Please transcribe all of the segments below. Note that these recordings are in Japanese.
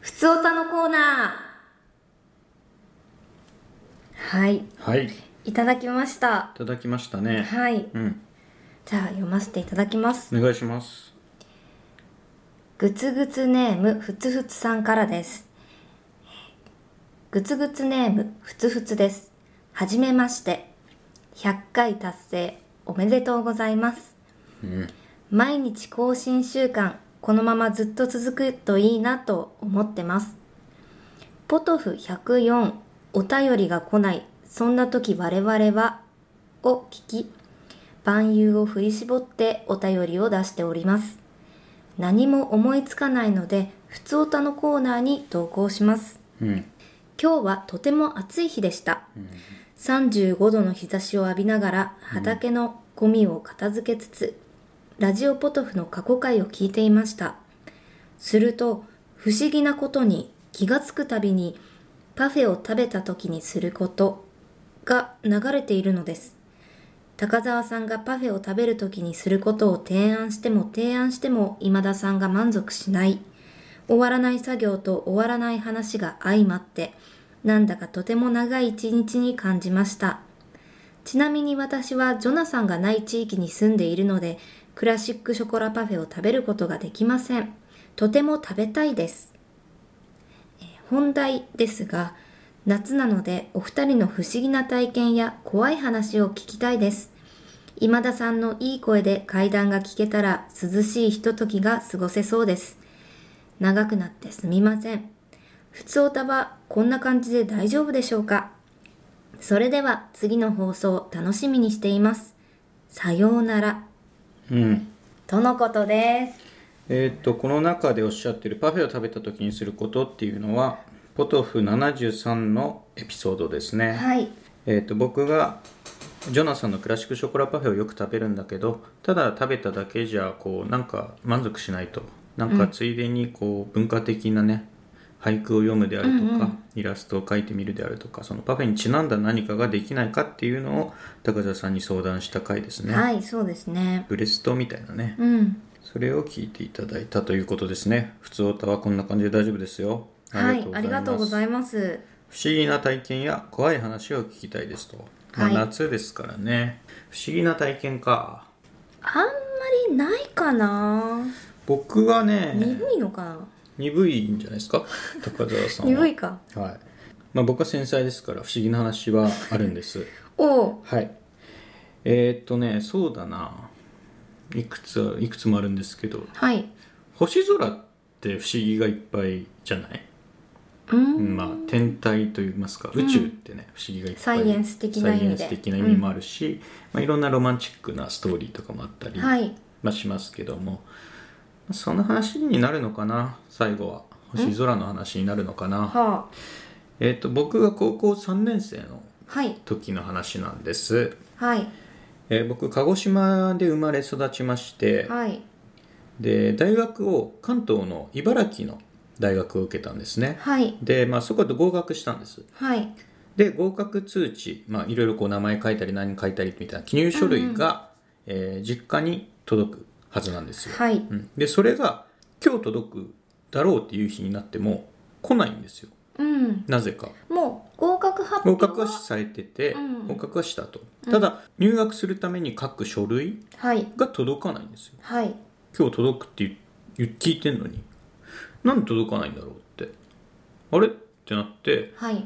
ふつおたのコーナー。はい。はいいいただきました。ただきましたねはい。うんじゃあ読ませていただきます。お願いしますぐつぐつネームふつふつさんからです。ぐつぐつネームふつふつです。はじめまして。100回達成おめでとうございます。うん毎日更新習慣このままずっと続くといいなと思ってますポトフ104お便りが来ないそんな時我々はを聞き万有を振り絞ってお便りを出しております何も思いつかないのでふつおたのコーナーに投稿しますうん今日はとても暑い日でした、35度の日差しを浴びながら畑のゴミを片付けつつ、ラジオポトフの過去回を聞いていましたすると不思議なことに気がつくたびにパフェを食べた時にすることが流れているのです高澤さんがパフェを食べる時にすることを提案しても提案しても今田さんが満足しない終わらない作業と終わらない話が相まってなんだかとても長い一日に感じましたちなみに私はジョナさんがない地域に住んでいるのでクラシックショコラパフェを食べることができませんとても食べたいですえー本題ですが夏なのでお二人の不思議な体験や怖い話を聞きたいです今田さんのいい声で階段が聞けたら涼しいひとときが過ごせそうです長くなってすみません。ふつおたはこんな感じで大丈夫でしょうかそれでは次の放送楽しみにしています。さようなら。うんとのことです。えーっとこの中でおっしゃってるパフェを食べた時にすることっていうのはポトフ73のエピソードですね、はい。えーっと僕がジョナサンのクラシックショコラパフェをよく食べるんだけどただ食べただけじゃこうなんか満足しないとなんかついでにこう文化的なね、俳句を読むであるとか、イラストを描いてみるであるとかそのパフェにちなんだ何かができないかっていうのを高田さんに相談した回ですね、はい、そうですね。ブレストみたいなね、うん。それを聞いていただいたということですね。普通歌はこんな感じで大丈夫ですよ。はい、ありがとうござます。います。不思議な体験や怖い話を聞きたいですと。まあ、はい夏ですからね。不思議な体験か。あんまりないかな僕はね、鈍いのかな鈍いんじゃないで すか高澤さんは。鈍いか。はい。まあ僕は繊細ですから不思議な話はあるん です。おう。はい。えー、っとね、そうだな。いくつ、いくつもあるんですけど、はい。星空って不思議がいっぱいじゃないうん。まあ、天体といいますか宇宙ってね、不思議がいっぱいサイエンス的な意味でサイエンス的な意味もあるし、まあ、いろんなロマンチックなストーリーとかもあったり、はい。まあ、しますけどもまあその話になるのかな最後は星空の話になるのかな、はあ。えっと僕が高校3年生のはい。時の話なんです、はい。えー僕鹿児島で生まれ育ちまして、はい。で大学を関東の茨城の大学を受けたんですね、はい。で、まあ、そこで合格したんですはい。で合格通知、まあ、いろいろこう名前書いたり何書いたりみたいな記入書類が、えー実家に届くはずなんですよ、はい。うん、でそれが今日届くだろうっていう日になっても来ないんですようん。なぜかもう合格発合表格はされてて、うん合格はしたとただ入学するために書く書類はいが届かないんですよはい今日届くって言言聞いてんのになんで届かないんだろうってあれってなってはい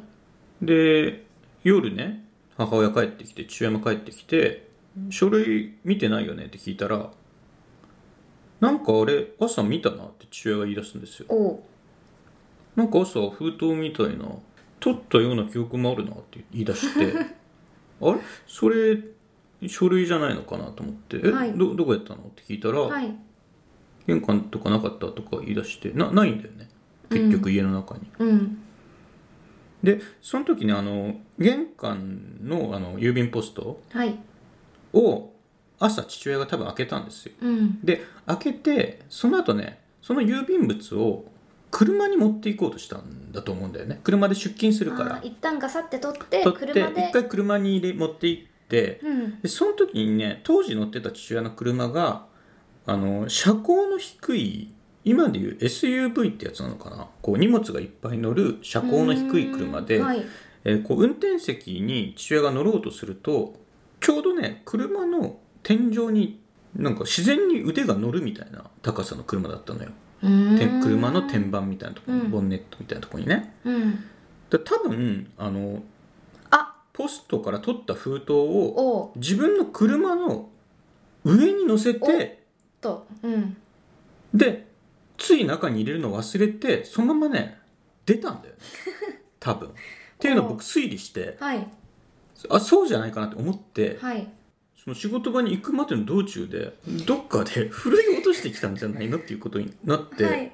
で夜ね母親帰ってきて父親も帰ってきて書類見てないよねって聞いたらなんかあれ朝見たなって父親が言い出すんですよおうなんか朝封筒みたいな取ったような記憶もあるなって言い出して あれそれ書類じゃないのかなと思って「え、はいどどこやったの?」って聞いたら、はい玄関とかなかったとか言い出してなないんだよね結局家の中に、うんでその時ねあの玄関のあの郵便ポストはいを朝父親が多分開けたんですようんで開けてその後ねその郵便物を車に持っていこうとしたんだと思うんだよね車で出勤するかあらー一旦ガサって取って取って車で一回車に入れ持って行ってうんでその時にね当時乗ってた父親の車があの車高の低い今でいう SUV ってやつなのかなこう荷物がいっぱい乗る車高の低い車で、うんはいえーこう運転席に父親が乗ろうとするとちょうどね車の天井になんか自然に腕が乗るみたいな高さの車だったのよ、うーんて車の天板みたいなところに、うんボンネットみたいなところにねうんで多分あのあポストから取った封筒をおう自分の車の上に乗せてとうんでつい中に入れるの忘れてそのままね出た んだよね多分っていうのを僕推理してはいあそうじゃないかなって思ってはいその仕事場に行くまでの道中でどっかで ふるい落としてきたんじゃないのっていうことになって、はい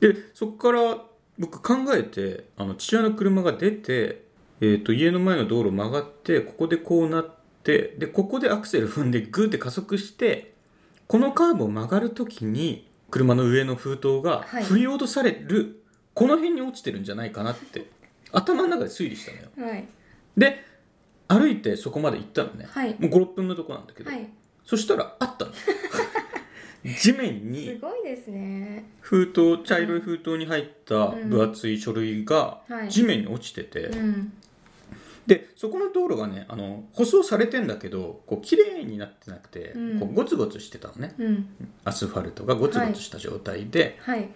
でそこから僕考えてあの父親の車が出て、えー、と家の前の道路を曲がってここでこうなってでここでアクセル 踏んでグーって加速してこのカーブを曲がる時に車の上の封筒がはい振り落とされる、この辺に落ちてるんじゃないかなって頭の中で推理したのよはいで歩いてそこまで行ったのね、はいもう56分のとこなんだけど、はいそしたらあったの地面すにごいですね封筒茶色い封筒に入った分厚い書類がうんはい地面に落ちてて、うんでそこの道路がねあの舗装されてんだけどこう綺麗になってなくて、うんこうゴツゴツしてたのねうんアスファルトがゴツゴツした状態で,、はい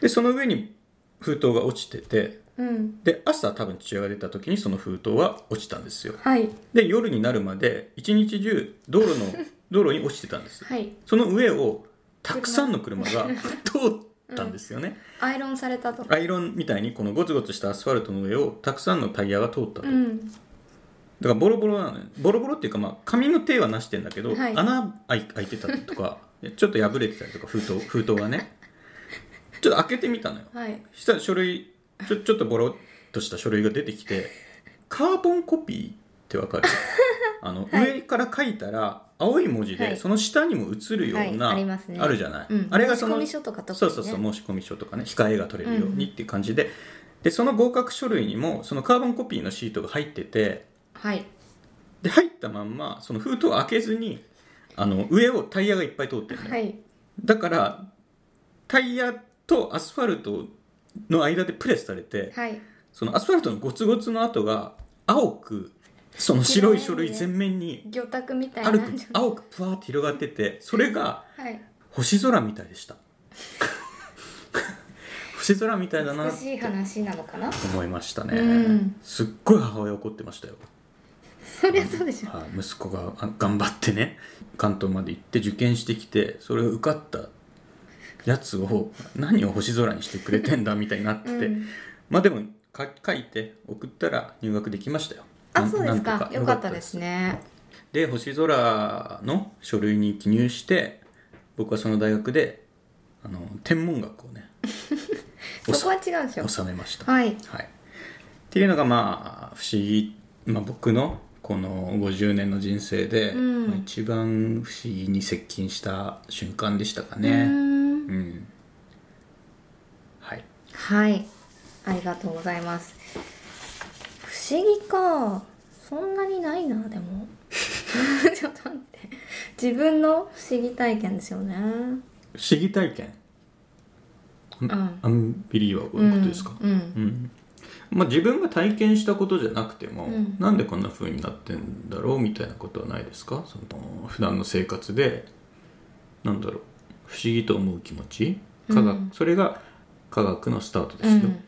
でその上に封筒が落ちててうんで朝多分父親が出た時にその封筒は落ちたんですよはいで夜になるまで一日中道路の 道路に落ちてたんですはいその上をたくさんの車 が通ったんですよね、アイロンされたとアイロンみたいにこのゴツゴツしたアスファルトの上をたくさんのタイヤが通っうたと、だんからボロボロなのよボロボロっていうかまあ紙の手はなしてんだけど、はい穴開い開いてたりとかちょっと破れてたりとか封筒封筒がねちょっと開けてみたのよはいしたら書類ちょちょっとボロっとした書類が出てき てカーボンコピーってわかるあの、はい上から書いたら青い文字で、はいその下にも映るような、はいありますねあるじゃない、うんあれがその申込書とかとかねそうそうそう申込書とかね控えが取れるようにっていう感じで、でその合格書類にもそのカーボンコピーのシートが入っててはいで入ったまんまその封筒を開けずにあの上をタイヤがいっぱい通ってるのよはいだからタイヤとアスファルトの間でプレスされて、はいそのアスファルトのゴツゴツの跡が青くその白い書類全面に魚拓みたいあるな青くふわーって広がっててそれがはい星空みたいで した星空みたいだな美しい話なのかな思いましたね、うんすっごい母親怒ってましたよ、そりゃそうでしょはい、息子があ頑張ってね関東まで行って受験してきてそれを受かったやつを何を星空にしてくれてんだみたいになってて、うんまあでもか書いて送ったら入学できましたよ。なあんそうですなんかとよかったですねで星空の書類に記入して僕はその大学であの天文学をねそこは違うでしょ収めました。はいはい、っていうのがまあ不思議、まあ、僕のこの50年の人生で、うんまあ一番不思議に接近した瞬間でしたかうーね。んうん、はいはいありがとうございます不思議かそんなにないなでも ちょっと待って自分の不思議体験ですよね不思議体験んアンビリーバブルのことですか、うんうんうんまあ、自分が体験したことじゃなくても、うんなんでこんな風になってんだろうみたいなことはないですかその普段の生活でなんだろう不思議と思う気持ち科学、うんそれが科学のスタートですよ、うん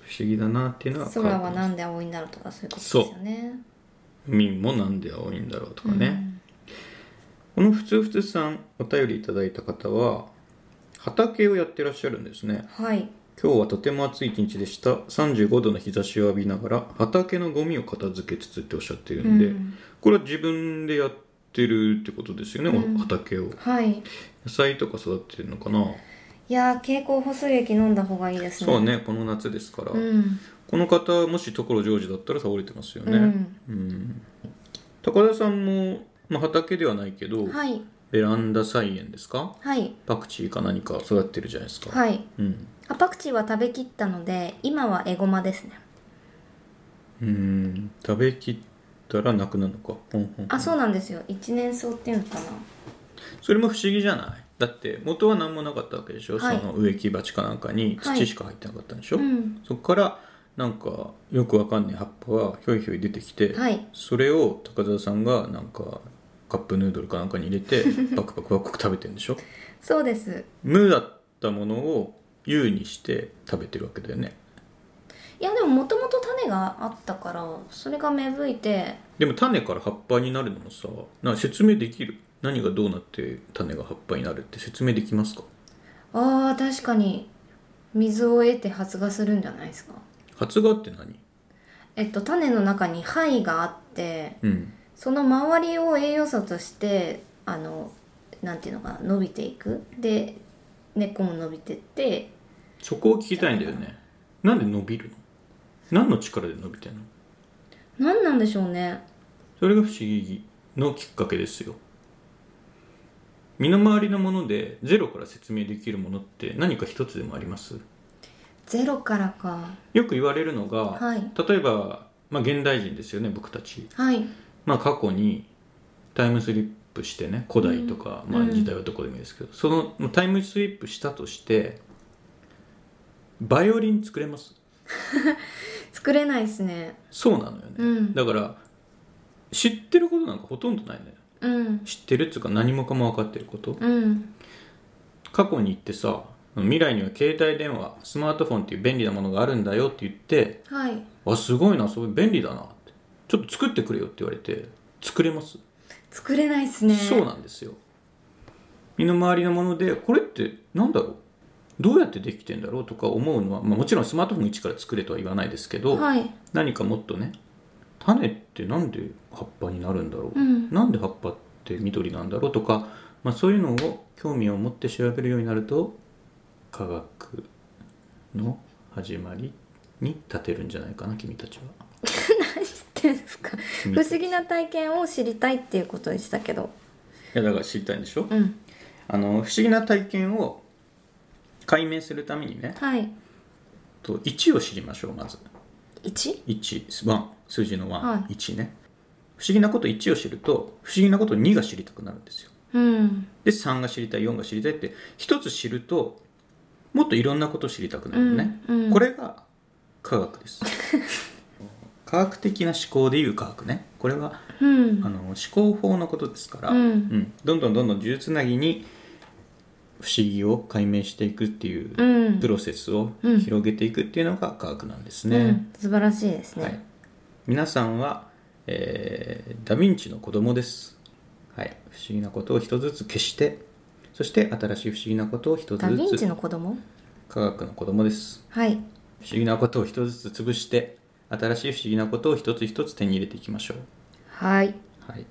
不思議だなっていうのは科学空はのなんで青いんだろうとかそういうことですよね海もなんで青いんだろうとかうんね、このふつふつさんお便りいただいた方は畑をやってらっしゃるんですねはい今日はとても暑い一日でした35度の日差しを浴びながら畑のゴミを片付けつつっておっしゃってるんで、うんこれは自分でやってるってことですよね、うん畑をはい野菜とか育ててるのかな、いやー蛍光補水液飲んだ方がいいですねそうねこの夏ですから、うんこの方もし所ジョージだったら倒れてますようね、うん高田さんも、まあ、畑ではないけど、んはいベランダ菜園ですかはいパクチーか何か育ってるじゃないですか、はいうんあパクチーは食べきったので今はエゴマですねうん食べきったらなくなるのか、ほんほんほんあそうなんですよ一年草っていうのかなそれも不思議じゃないだって元は何もなかったわけでしょ、はいその植木鉢かなんかにはい土しか入ってなかったんでしょ、うんそこからなんかよくわかんない葉っぱがひょいひょい出てきて、はいそれを高澤さんがなんかカップヌードルかなんかに入 れてバクバクバクバク食べてるんでしょそうです無だったものを有にして食べてるわけだよねいやでももともと種があったからそれが芽吹いてでも種から葉っぱになるのもさなんか説明できる何がどうなって種が葉っぱになるって説明できますかあー確かに水を得て発芽するんじゃないですか発芽って何えっと種の中に胚があってうんその周りを栄養素としてあのなんていうのかな伸びていくで根っこも伸びてってそこを聞きたいんだよねなんで伸びるの何の力で伸びてんの何なんでしょうねそれが不思議のきっかけですよ身の回りのものでゼロから説明できるものって何か一つでもありますゼロからかよく言われるのが、はい例えば、まあ、現代人ですよね僕たち、はいまあ、過去にタイムスリップしてね古代とか、うんまあ、うん時代はどこでもいいですけど、そのもうタイムスリップしたとしてバイオリン作れます作れないですねそうなのよね、うんだから知ってることなんかほとんどないんだようん知ってるっつうか何もかも分かってること、うん過去に行ってさ未来には携帯電話スマートフォンっていう便利なものがあるんだよって言ってはいあすごいなそれ便利だなってちょっと作ってくれよって言われて作れます、作れないですねそうなんですよ身の回りのものでこれってなんだろうどうやってできてんだろうとか思うのは、まあ、もちろんスマートフォン1から作れとは言わないですけど、はい何かもっとね種ってなんで葉っぱになるんだろう、うんなんで葉っぱって緑なんだろうとか、まあ、そういうのを興味を持って調べるようになると科学の始まりに立てるんじゃないかな君たちは何知ってんですか不思議な体験を知りたいっていうことでしたけどいやだから知りたいんでしょ、うんあの不思議な体験を解明するためにねはいと1を知りましょうまず 1? 11数字のは11ね、不思議なこと1を知ると不思議なこと2が知りたくなるんですようんで3が知りたい4が知りたいって一つ知るともっといろんなことを知りたくなるのね、うんうんこれが科学 です科学的な思考でいう科学ねこれはうんあの思考法のことですから、うんどんどんどんどん呪術つなぎに不思議を解明していくっていうううんプロセスをうん広げていくっていうのが科学なんですうね、ん素晴らしいですね、はい、皆さんは、えーダ・ヴィンチの子供です、はい、不思議なことを一つずつ消してそして新しい不思議なことを一つダ・ヴィンずチつの子供科学の子供ですはい不思議なことを一つずつ潰して新しい不思議なことを一つ一つ手に入れていきましょう、はいはい、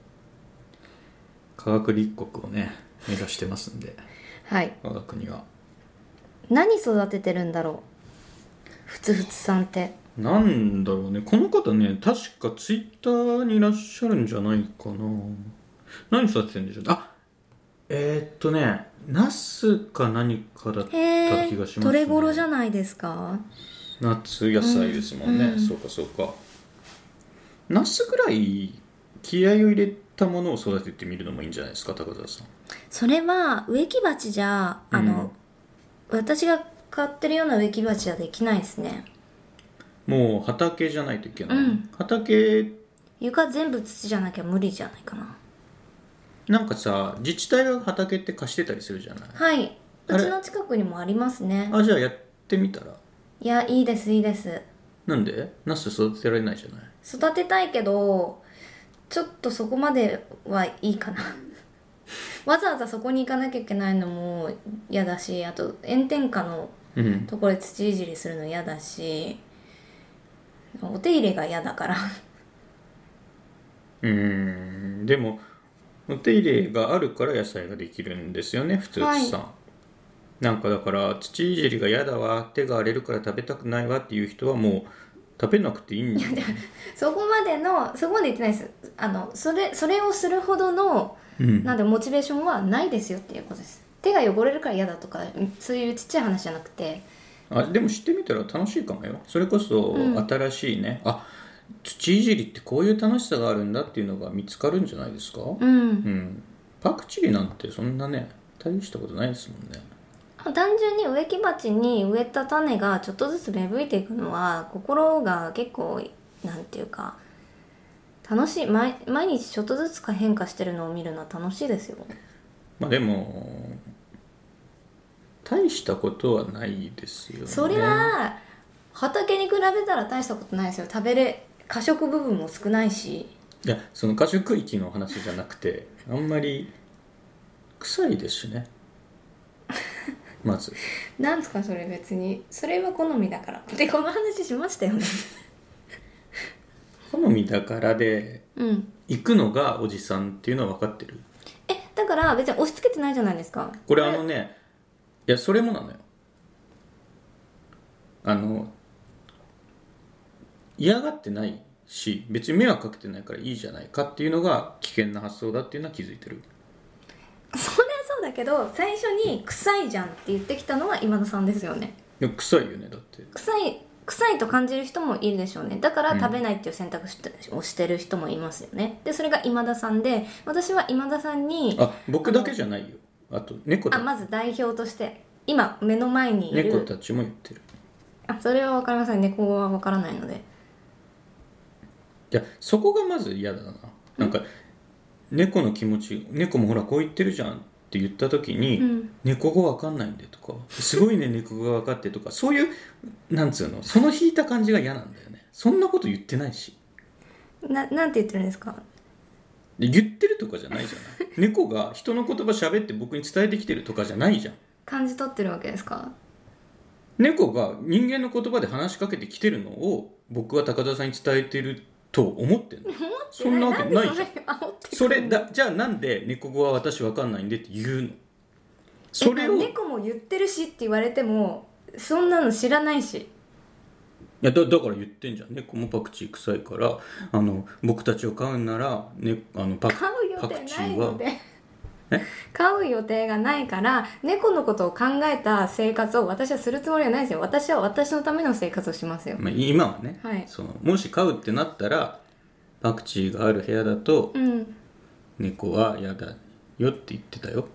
科学立国をね目指してますんではい我が国は何育ててるんだろうふつふつさんってなんだろうねこの方ね確かツイッターにいらっしゃるんじゃないかな何育ててるんでしょうあえー、っとねナスか何かだったへ気がします、えね、トレゴロじゃないですか夏野菜ですもんね、うんうんそうかそうかナスぐらい気合を入れたものを育ててみるのもいいんじゃないですか高田さんそれは植木鉢じゃあの、私が買ってるような植木鉢はできないですねもう畑じゃないといけない、うん畑床全部土じゃなきゃ無理じゃないかななんかさ自治体が畑って貸してたりするじゃないはいうあうれちの近くにもありますねあじゃあやってみたらいやいいですいいですなんでナス育てられないじゃない育てたいけどちょっとそこまではいいかな わざわざそこに行かなきゃいけないのも嫌だしあと炎天下のうんところで土いじりするの嫌だしお手入れが嫌だから んでもお手入れがあるから野菜ができるんですよね普通さん、はいなんかだから土いじりが嫌だわ手が荒れるから食べたくないわっていう人はもう食べなくていいん だよ、そこまでのそこまで言ってないですあのそれそれをするほどのうん、なんでモチベーションはないですよっていうことです手が汚れるから嫌だとかそういうちっちゃい話じゃなくてあでも知ってみたら楽しいかもよそれこそうん新しいね、あ土いじりってこういう楽しさがあるんだっていうのが見つかるんじゃないですか、うんうん、パクチーなんてそんなね大したことないですもんね単純に植木鉢に植えた種がちょっとずつ芽吹いていくのは心が結構なんていうか楽しい毎毎日ちょっとずつか変化してるのを見るのは楽しいですよまあでも大したことはないですよねそりゃあ畑に比べたら大したことないですよ食べれ過食部分も少ないしいやその過食域の話じゃなくてあんまり臭いですしねまずなんですかそれ別にそれは好みだからでこの話しましたよね好みだからでうん行くのがおじさんっていうのは分かってるえだから別に押し付けてないじゃないですかこれあのねいやそれもなのよあの嫌がってないし別に迷惑かけてないからいいじゃないかっていうのが危険な発想だっていうのは気づいてるそりゃそうだけど最初に「臭いじゃん」って言ってきたのは今田さんですよねでも臭いよねだって臭い臭いと感じる人もいるでしょうねだかうらん食べないっていう選択肢をしてる人もいますよねでそれが今田さんで私は今田さんにあ僕だけじゃないよあと猫あたまず代表として今目の前にい猫るたちも言ってるあそれは分かりません猫は分からないのでいやそこがまず嫌だななんか猫の気持ち猫もほらこう言ってるじゃんって言った時に、うん猫語わかんないんでとかすご いね猫語が分かってとかそういうなんつうのその引いた感じが嫌なんだよねそんなこと言ってないしななんて言ってるんですかで言ってるとかじゃないじゃない猫が人の言葉喋って僕に伝えてきてるとかじゃないじゃん感じ取ってるわけですか猫が人間の言葉で話しかけてきてるのを僕は高田さんに伝えてると思ってんのそんなわけないじゃんんでそれ煽ってくるそれだじゃあなんで猫語は私わかんないんでって言うのそれえをい猫も言ってるしって言われてもそんなの知らないしやだだから言ってんじゃん猫もパクチー臭いからあの僕たちを飼うんなら、ね、あのパク買う予パ定クチないーはので 買う予定がないから猫のことを考えた生活を私はするつもりはないですよ私は私のための生活をしますよまあ、今はね、はいそのもし飼うってなったらパクチーがある部屋だとうん猫は嫌だよって言ってたよ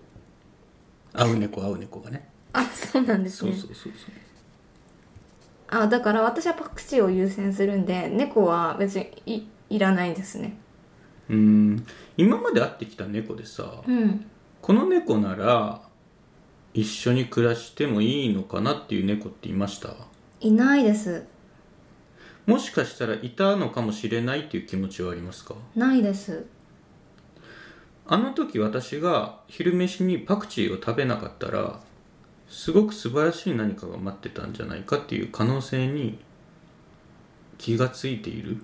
会う猫会う猫がねあそうなんですそうねそうそうそうあだから私はパクチーを優先するんで猫は別にいいらないですねうーん今まで会ってきた猫でさ、うんこの猫なら一緒に暮らしてもいいのかなっていう猫っていましたいないですもしかしたらいたのかもしれないっていう気持ちはありますかないですあの時私が昼飯にパクチーを食べなかったらすごく素晴らしい何かが待ってたんじゃないかっていう可能性に気がついている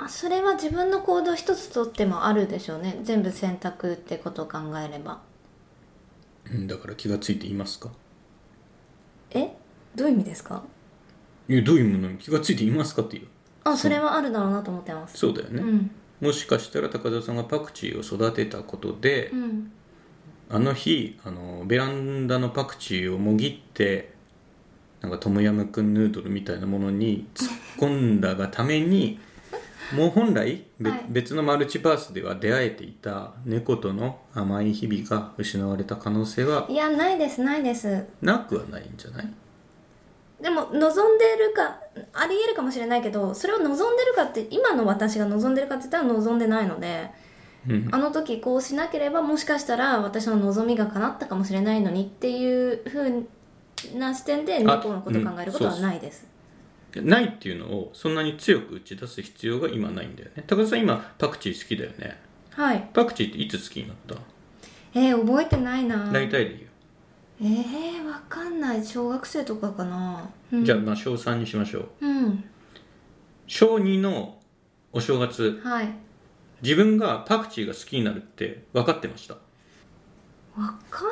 あそれは自分の行動一つとってもあるでしょうね全部選択ってことを考えればうんだから気がついていますかえどういう意味ですかいやどういうものに気がついていますかっていうあそれはあるだろうなと思ってますそうだよね、うんもしかしたら高田さんがパクチーを育てたことで、うんあの日あのベランダのパクチーをもぎってなんかトムヤムクンヌードルみたいなものに突っ込んだがためにもう本来、べはい別のマルチバースでは出会えていた猫との甘い日々が失われた可能性はいやないですないですなくはないんじゃないでも望んでるかありえるかもしれないけどそれを望んでるかって今の私が望んでるかって言ったら望んでないのでうんあの時こうしなければもしかしたら私の望みが叶ったかもしれないのにっていう風な視点で猫のことを考えることあはうんないです、ないっていうのをそんなに強く打ち出す必要が今ないんだよね高田さん今パクチー好きだよねはいパクチーっていつ好きになったえー、覚えてないな大体で言う、えー、わかんない小学生とかかな、うん、じゃあまあ小3にしましょううん小2のお正月はい自分がパクチーが好きになるって分かってました分か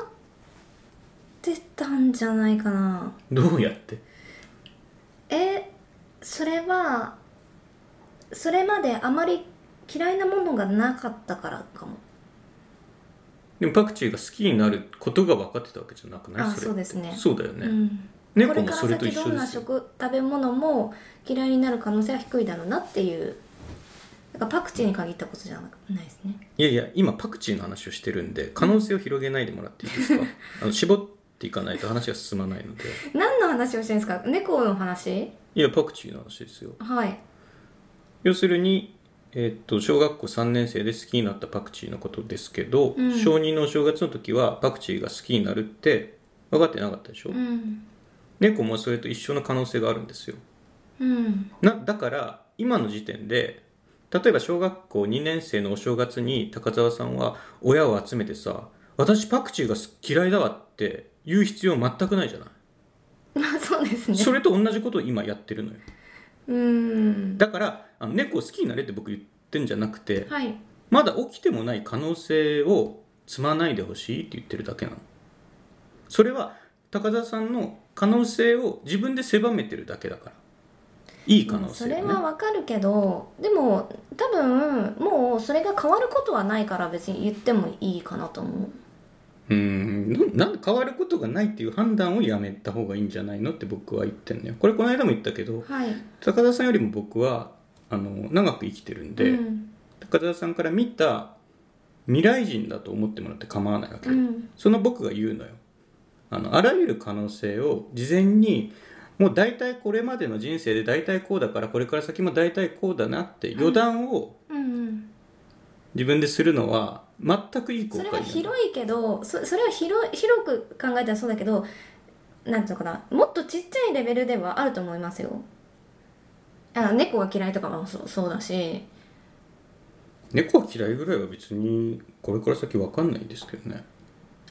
ってたんじゃないかなどうやってえそれはそれまであまり嫌いなものがなかったからかもでもパクチーが好きになることが分かってたわけじゃなくないあれってそうですねそうだよね、うん、こ猫れもからそれと先一ど緒んでなすよ食食べ物も嫌いになる可能性は低いだろうなっていうだからパクチーに限ったことじゃなくないですねいやいや今パクチーの話をしてるんで可能性を広げないでもらっていい ですかあの絞っていかないと話が進まないので何の話をしてるんですか猫の話いやパクチーの話ですよはい要するに、えーっと小学校3年生で好きになったパクチーのことですけど、うん小2のお正月の時はパクチーが好きになるって分かってなかったでしょ、うん猫もそれと一緒の可能性があるんですようん なだから今の時点で例えば小学校2年生のお正月に高澤さんは親を集めてさ「私パクチーがす嫌いだわ」って言う必要全くないじゃないまあそうですねそれと同じことを今やってるのようんだからあの猫を好きになれって僕言ってんじゃなくてはいまだ起きてもない可能性を積まないでほしいって言ってるだけなのそれは高澤さんの可能性を自分で狭めてるだけだからいい可能性そがれねはわかるけどでも多分もうそれが変わることはないから別に言ってもいいかなと思ううーんななん変わることがないっていう判断をやめた方がいいんじゃないのって僕は言ってんのよこれこの間も言ったけどはい高田さんよりも僕はあの長く生きてるんで、うん高田さんから見た未来人だと思ってもらって構わないわけうで、んその僕が言うのよあのあらゆる可能性を事前にもう大体これまでの人生で大体こうだからこれから先も大体こうだなって予断をうんうん自分でするのは全くいい後そ悔れなはの広いけどそそれは広い広く考えたらそうだけどなんていうのかなもっとちっちゃいレベルではあると思いますよあ猫が嫌いとかもそうそうだし猫は嫌いぐらいは別にこれから先わかんないんですけどね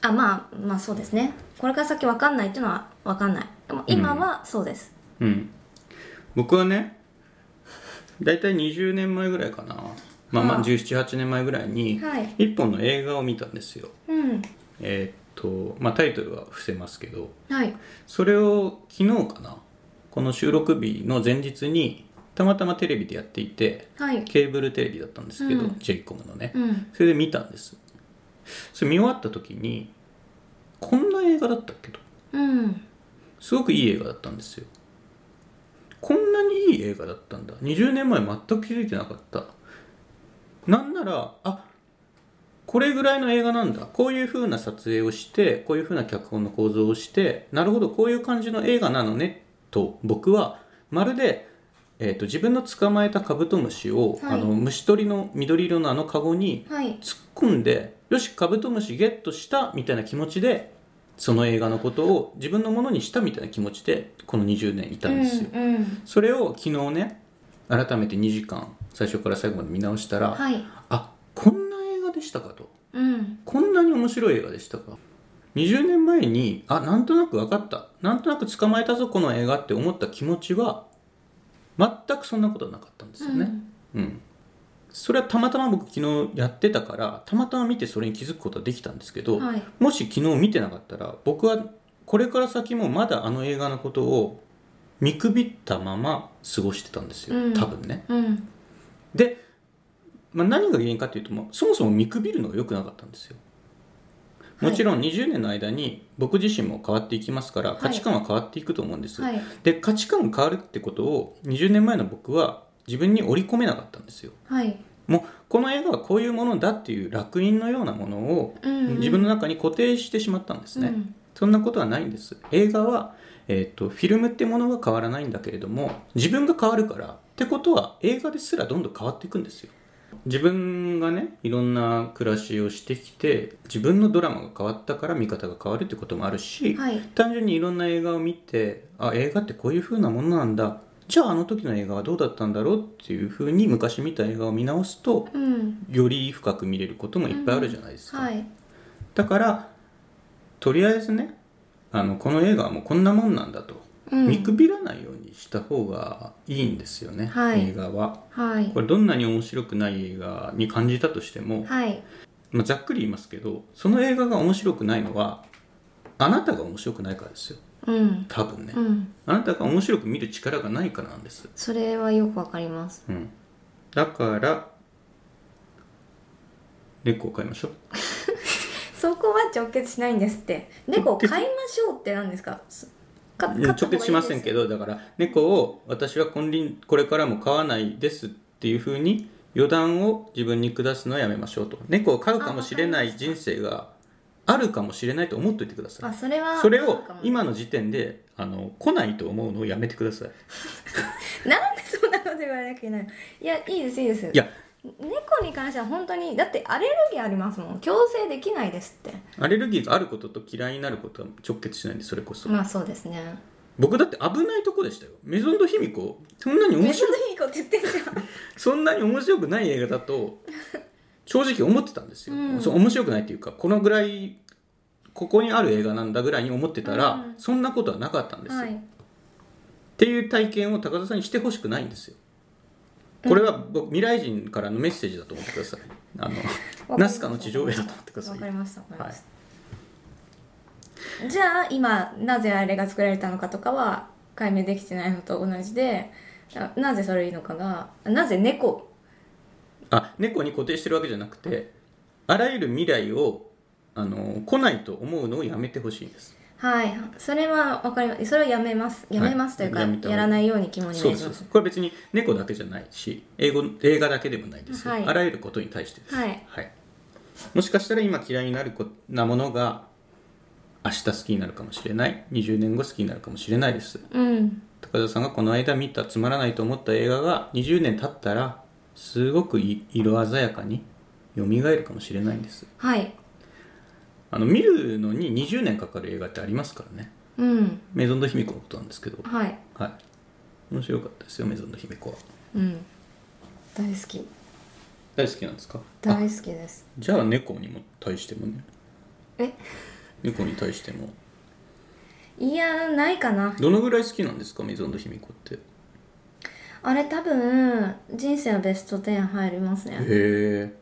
あまあまあそうですねこれから先分かんないっていうのは分かんないでも今はそうです、うん僕はね大体20年前ぐらいかなまあまはああ1718年前ぐらいにはい一本の映画を見たんですようんえーっとまあタイトルは伏せますけどはいそれを昨日かなこの収録日の前日にたまたまテレビでやっていてはいケーブルテレビだったんですけど、うん j イコムのねうんそれで見たんですそれ見終わった時にこんな映画だったっけとうんすごくいい映画だったんですよこんなにいい映画だったんだ20年前全く気づいてなかったなんならあこれぐらいの映画なんだこういう風な撮影をしてこういう風な脚本の構造をしてなるほどこういう感じの映画なのねと僕はまるで、えー、と自分の捕まえたカブトムシを、はいあの虫取りの緑色のあのカゴにはい突っ込んでよしカブトムシゲットしたみたいな気持ちでその映画のことを自分のものにしたみたいな気持ちでこの20年いたんですよ、うんうんそれを昨日ね改めて2時間最初から最後まで見直したら、はいあこんな映画でしたかとうんこんなに面白い映画でしたか20年前にあなんとなく分かったなんとなく捕まえたぞこの映画って思った気持ちは全くそんなことはなかったんですよね、うん、それはたまたま僕昨日やってたからたまたま見てそれに気づくことはできたんですけうど、んはいもし昨日見てなかったら僕はこれから先もまだあの映画のことを見くびったまま過ごしてたんですよ、うん多分ねうんで、まあ、何が原因かっていうともうそもそも見くびるのが良くなかったんですよもちろん20年の間に僕自身も変わっていきますからい価値観は変わっていくと思うんです、はいで価値観が変わるってことを20年前の僕は自分に織り込めなかったんですよはいもうこの映画はこういうものだっていう烙印のようなものをうんうん自分の中に固定してしまったんですね、うんそんなことはないんです映画は、えー、とフィルムってものは変わらないんだけれども自分が変わるからってことは映画ですらどんどん変わっていくんですよ自分がねいろんな暮らしをしてきて自分のドラマが変わったから見方が変わるってこともあるし、はい単純にいろんな映画を見てあ映画ってこういう風なものなんだじゃああの時の映画はどうだったんだろうっていう風に昔見た映画を見直すとうんより深く見れることもいっぱいあるじゃないですか、はいだからとりあえずねあのこの映画はもうこんなもんなんだと、うん見くびらないようにした方がいいんですよね、はい映画ははいこれどんなに面白くない映画に感じたとしても、はいまあ、ざっくり言いますけどその映画が面白くないのはあなたが面白くないからですようん多分ね、うんあなたが面白く見る力がないからなんです、それはよくわかりますうん、だから猫を飼いましょうそこは直結しないんですって猫を飼いましょうって何ですかすかうん直結しませんけどどだから猫を私は金輪これからも飼わないですっていうふうに余談を自分に下すのはやめましょうと猫を飼うかもしれない人生があるかもしれないと思っておいてくださあいそれはそれをそうかも今の時点であの来ないと思うのをやめてくださいなんでそんなこと言われなきゃいけないのいやいいですいいですいや猫に関しては本当にだってアレルギーありますもん強制できないですってアレルギーがあることと嫌いになることは直結しないんでそれこそまあそうですね僕だって危ないとこでしたよメゾンド卑弥呼そんなにめ面っちゃ白いいいこと言ってんじそんなに面白くない映画だと正直思ってたんですよ、うんそう面白くないっていうかこのぐらいここにある映画なんだぐらいに思ってたら、うんそんなことはなかったんですゃんよ、は っいていう体験を高田さんにしてほしくないんですよこれは僕未来人からのメッセージだと思ってくださいあのナスカの地上絵だと思ってくださわいかりましたわかりました、じゃあ今なぜあれが作られたのかとかは解明できてないのと同じでななぜそれいいのかがなぜ猫あ猫に固定してるわけじゃなくてあらゆる未来をあの来ないと思うのをやめてほしいんですはいそれはわかりますそれをやめますやめますというか、はいやめたやらないように肝にそう銘でじますすこれ別に猫だけじゃないし英語映画だけでもないですよ、はいあらゆることに対してです、はいもしかしたら今嫌いになるこなものが明日好きになるかもしれない20年後好きになるかもしれないですうん高田さんがこの間見たつまらないと思った映画が20年経ったらすごくい色鮮やかに蘇るかもしれないんですはいあの見るのに20年かかる映画ってありますからねうんメゾンド卑弥呼のことなんですけどはいはい面白かったですよメゾンド卑弥呼はうん大好き大好きなんですか大好きですじゃあ猫にも対してもねえ猫に対してもいやないかなどのぐらい好きなんですかメゾンド卑弥呼ってへあれ多分人生はベスト10入りますねえ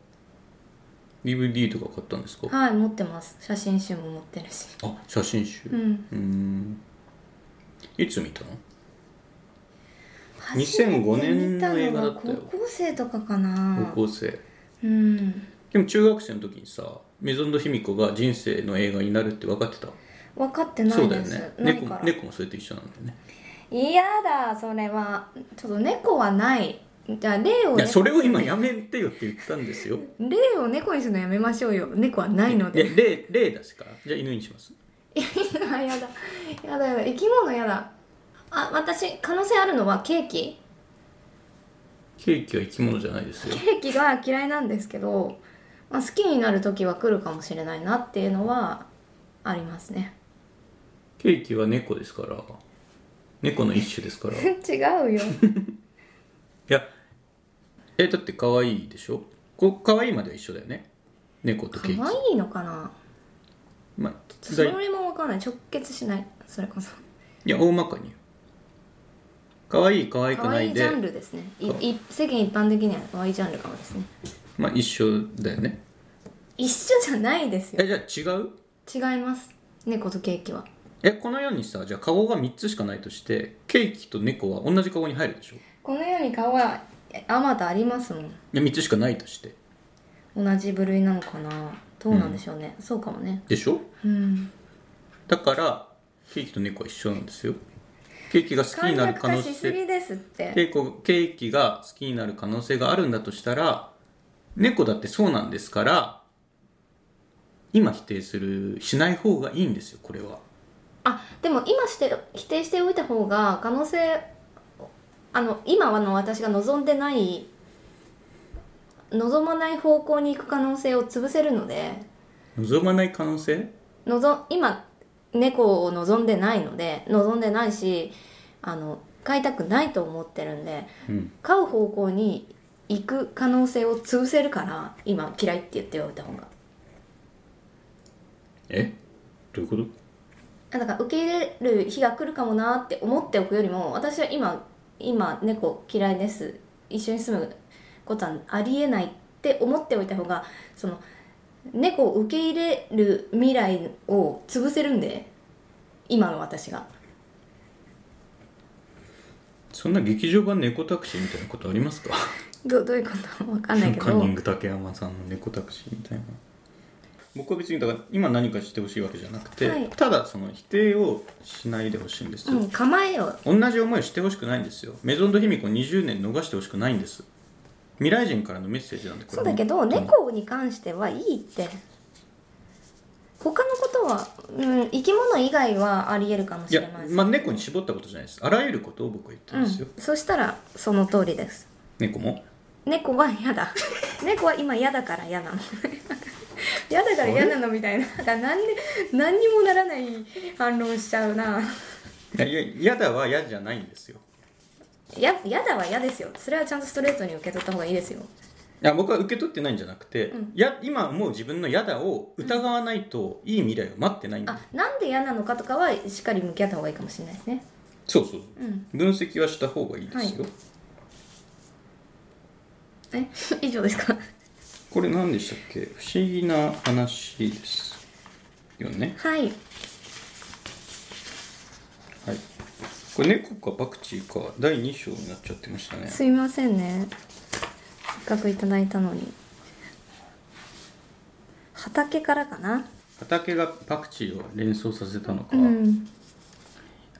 DVD とか買ったんですかはい持ってます写真集も持ってるしあ写真集ううんーんいつ見たの初めて2005年の映画だった見よのが高校生とかかな高校生うんでも中学生の時にさメゾンド卑弥呼が人生の映画になるって分かってた分かってなそういだよです、ねない猫かもら猫もそれと一緒なんだよね嫌だそれはちょっと猫はないじゃあ例をいやそれを今ややめてよって言ったんですよ例を猫にするのやめましょうよ猫はないのでで例例出すからじゃあ犬にしますやだ やだやだやだ生き物やだあ私可能性あるのはケーキケーキは生き物じゃないですよケーキが嫌いなんですけど、まあ、好きになる時は来るかもしれないなっていうのはありますね ケーキは猫ですから猫の一種ですからい違うよやえだって可愛いでしょこ可愛いまでは一緒だよね猫とケーキ可愛いのかなまあ、そだいれも分かんない直結しないそれこそいや大まかに可愛い可愛く可な愛いいジでャンルですねいそうい世間一般的には可愛いジャンルかもですねまあ一緒だよね一緒じゃないですよえじゃあ違う違います猫とケーキはえこの世にさじゃあカゴが3つしかないとしてケーキと猫は同じカゴに入るでしょいこの世に顔はあまたありますもんや3つしかないとして同じ部類なのかなどうなんでしょうね、そうかもねでしょうんだからケーキと猫は一緒なんですよケーキが好きになる可能しす性ぎですってケーキケーキが好きになる可能性があるんだとしたら猫だってそうなんですから今否定するしない方がいいんですよこれはあでも今して否定しておいた方が可能性あの今はの私が望んでない望まない方向に行く可能性を潰せるので望まない可能性望今猫を望んでないので望んでないしあの飼いたくないと思ってるんでうん飼う方向に行く可能性を潰せるから今嫌いって言っておいた方がえどういうことあだから受け入れる日が来るかもなって思っておくよりも私は今今猫嫌いです一緒に住むことはありえないって思っておいた方がその猫を受け入れる未来を潰せるんで今の私がそんな劇場版猫タクシーみたいなことありますかどどういうことわかんないけ カンニンどグ竹山さんの猫タクシーみたいな僕は別にだから今何かしてほしいわけじゃなくて、はいただその否定をしないでほしいんですよ、うん構えよ同じ思いをしてほしくないんですよメゾンド卑弥呼20年逃してほしくないんです未来人からのメッセージなんでこれそうだけど、猫に関してはいいって他のことは、うん、生き物以外はありえるかもいしれやません、まあ猫に絞ったことじゃないですあらゆることを僕は言ったうんんですよ、そしたらその通りです猫も猫は嫌だ猫は今嫌だから嫌なの 嫌だから嫌なのみたいななんか何で何にもならない反論しちゃうないやいや嫌だは嫌じゃないんですよや嫌だは嫌ですよそれはちゃんとストレートに受け取った方がいいですよいや僕は受け取ってないんじゃなくて、うんや今思う自分の嫌だを疑わないといい未来は待ってないんだ、あなんで嫌なのかとかはしっかり向き合った方がいいかもしれないですねそうそううん分析はした方がいいですよ、え 以上ですかこれ何でしたっけ不思議な話ですよねはいはいこれ猫かパクチーか第2章になっちゃってましたねすいませんねせっかくいただいたのに畑からかな畑がパクチーを連想させたのか、うん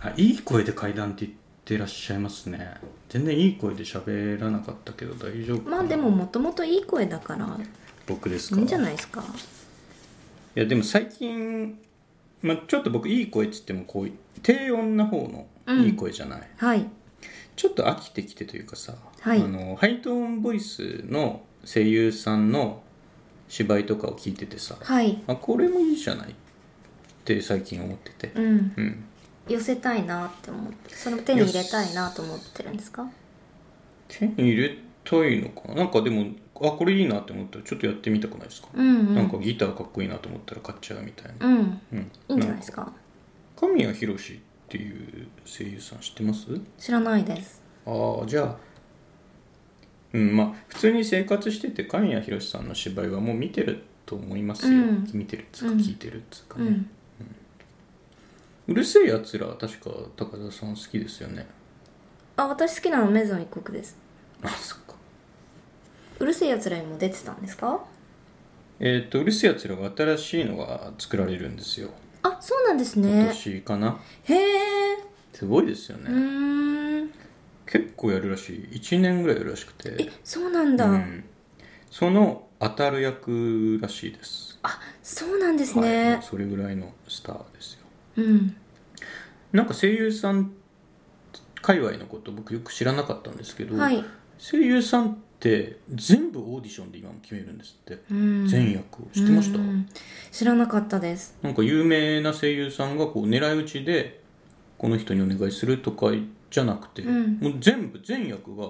あいい声で階段って言ってらっしゃいますね全然いい声で喋らなかったけど大丈夫かなまあでももともといい声だから僕ですかいいんじゃないいですかやでも最近、まあ、ちょっと僕いい声っつってもこう低音な方のいい声じゃない、はいちょっと飽きてきてというかさ、はいあのハイトーンボイスの声優さんの芝居とかを聞いててさ、はいあこれもいいじゃないって最近思ってて、うんうん寄せたいなって思ってその手に入れたいなと思ってるんですか手に入れたいのかななんかでもあこれいいなって思ったらちょっとやってみたくないですか、うんうんなんかギターかっこいいなと思ったら買っちゃうみたいな、うんうんいいんじゃないですかなんか神谷浩史っていう声優さん知ってます知らないですああじゃあうんまあ普通に生活してて神谷浩史さんの芝居はもう見てると思いますよ、うん見てるっつうかうん聞いてるっつうかうね、うんるせえやつらは確か高田さん好きです よねあ私好きなのメゾン一国ですあそっかうるせえやつらにも出てたんですかえっ、とうるせえやつらが新しいのが作られるんですよあそうなんです今ね年かな、へえすごいですよね、うーん結構やるらしい1年ぐらいやるらしくてえそうなんだ、うん、その当たる役らしいですあそうなんですはいね、もうそれぐらいのスターですようんなんか声優さん界隈のこと僕よく知らなかったんですけど、はい、声優さんって全部オーディションで今も決めるんですって、うん、全役を知ってました、うん知らなかったですなんか有名な声優さんがこう狙い撃ちでこの人にお願いするとかじゃなくて、うんもう全部全役が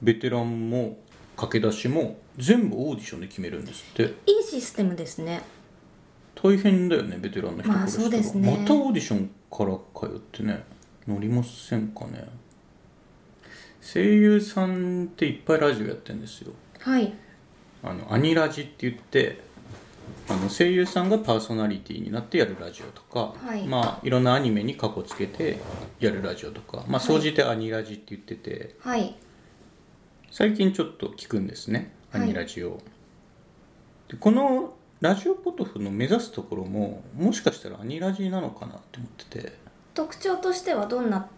ベテランも駆け出しも全部オーディションで決めるんですっていいシステムですね大変だよねベテランの人まあ殺したらそうですねまたオーディションから通ってね乗りませんかね声優さんっていっぱいラジオやってるんですよはいあのアニラジって言ってあの声優さんがパーソナリティになってやるラジオとか、はいまあいろんなアニメに過去つけてやるラジオとかまあ総じてアニラジって言ってて、はい最近ちょっと聞くんですねアはいニラジオ、でこのラジオポトフの目指すところももしかしたらアニラジなのかなって思ってて特徴としてはどんな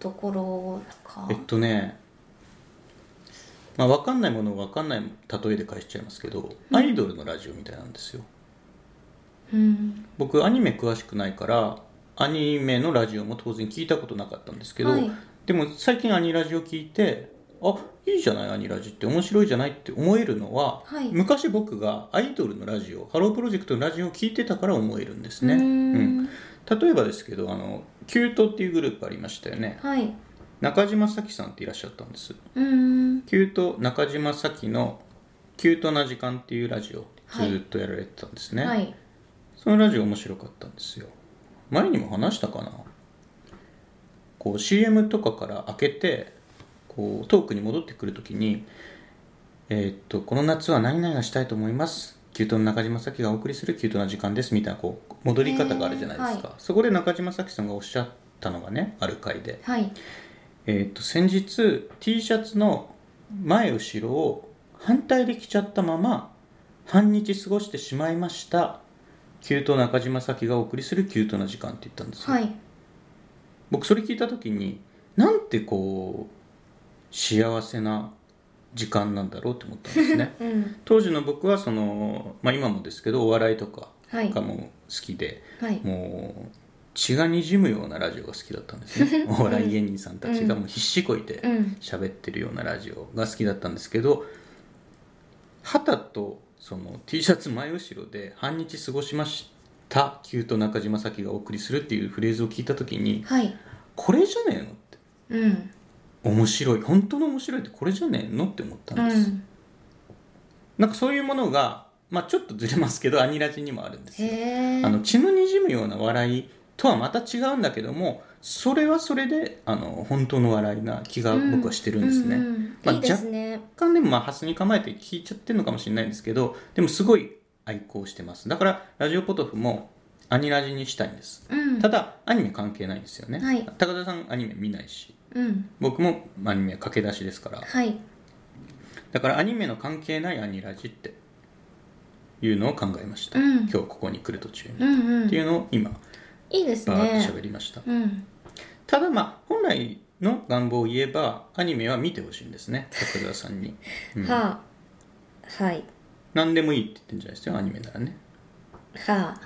ところかえっとねまあ分かんないものを分かんない例えで返しちゃいますけど、アイドルのラジオみたいなんですようん僕アニメ詳しくないからアニメのラジオも当然聞いたことなかったんですけど、はいでも最近アニラジを聞いてあいいじゃないアニラジって面白いじゃないって思えるのは、はい昔僕がアイドルのラジオハロープロジェクトのラジオを聞いてたから思えるんですねうーうんん例えばですけどあのキュートっていうグループありましたよねはい中島咲さんっていらっしゃったんですうーんキュート中島咲の「キュートな時間」っていうラジオずはいーっとやられてたんですね、はいそのラジオ面白かったんですよ前にも話したかなこう CM とかから開けてこうトークに戻ってくるときに「えーっとこの夏は何々がしたいと思います」「キュートの中島咲がお送りするキュートな時間です」みたいなこう戻り方があるじゃないですえか、ーはそこで中島咲さんがおっしゃったのがねある回ではいえー、と先日 T シャツの前後ろを反対で着ちゃったまま半日過ごしてしまいましたキュート中島咲がお送りするキュートな時間って言ったんですよ、はい僕それ聞いた時になんてこう幸せな時間なんだろうって思ったんで すねうん当時の僕はその、まあ、今もですけどお笑いとかはいがもう好きで、はいもう血がにじむようなラジオが好きだったんで すねお笑い芸人さんたちがもう必死こいてうん喋ってるようなラジオが好きだったんですけど旗とその T シャツ前後ろで「半日過ごしました」「キュート中島咲がお送りする」っていうフレーズを聞いた時にはい「これじゃねえの?」ってうん面白い本当の面白いってこれじゃねえのって思ったうんです、んなんかそういうものが、まあ、ちょっとずれますけどアニラジにもあるんですよへえあの血のにじむような笑いとはまた違うんだけどもそれはそれであの本当の笑いな気が僕はしてるんですね、うんうんまあいいですね若干でもまあハスに構えて聞いちゃってるのかもしれないんですけどでもすごい愛好してますだからラジオポトフもアニラジにしたいんですうんただアニメ関係ないんですよね、はい高田さんアニメ見ないしうん僕もアニメ駆け出しですからはいだからアニメの関係ないアニラジっていうのを考えました、うん今日ここに来る途中に、うっんうんていうのを今いいですバーッとね喋りました、うんただまあ本来の願望を言えばアニメは見てほしいんですね高田さんに、うん、はあはい何でもいいって言ってるんじゃないですよアニメならねは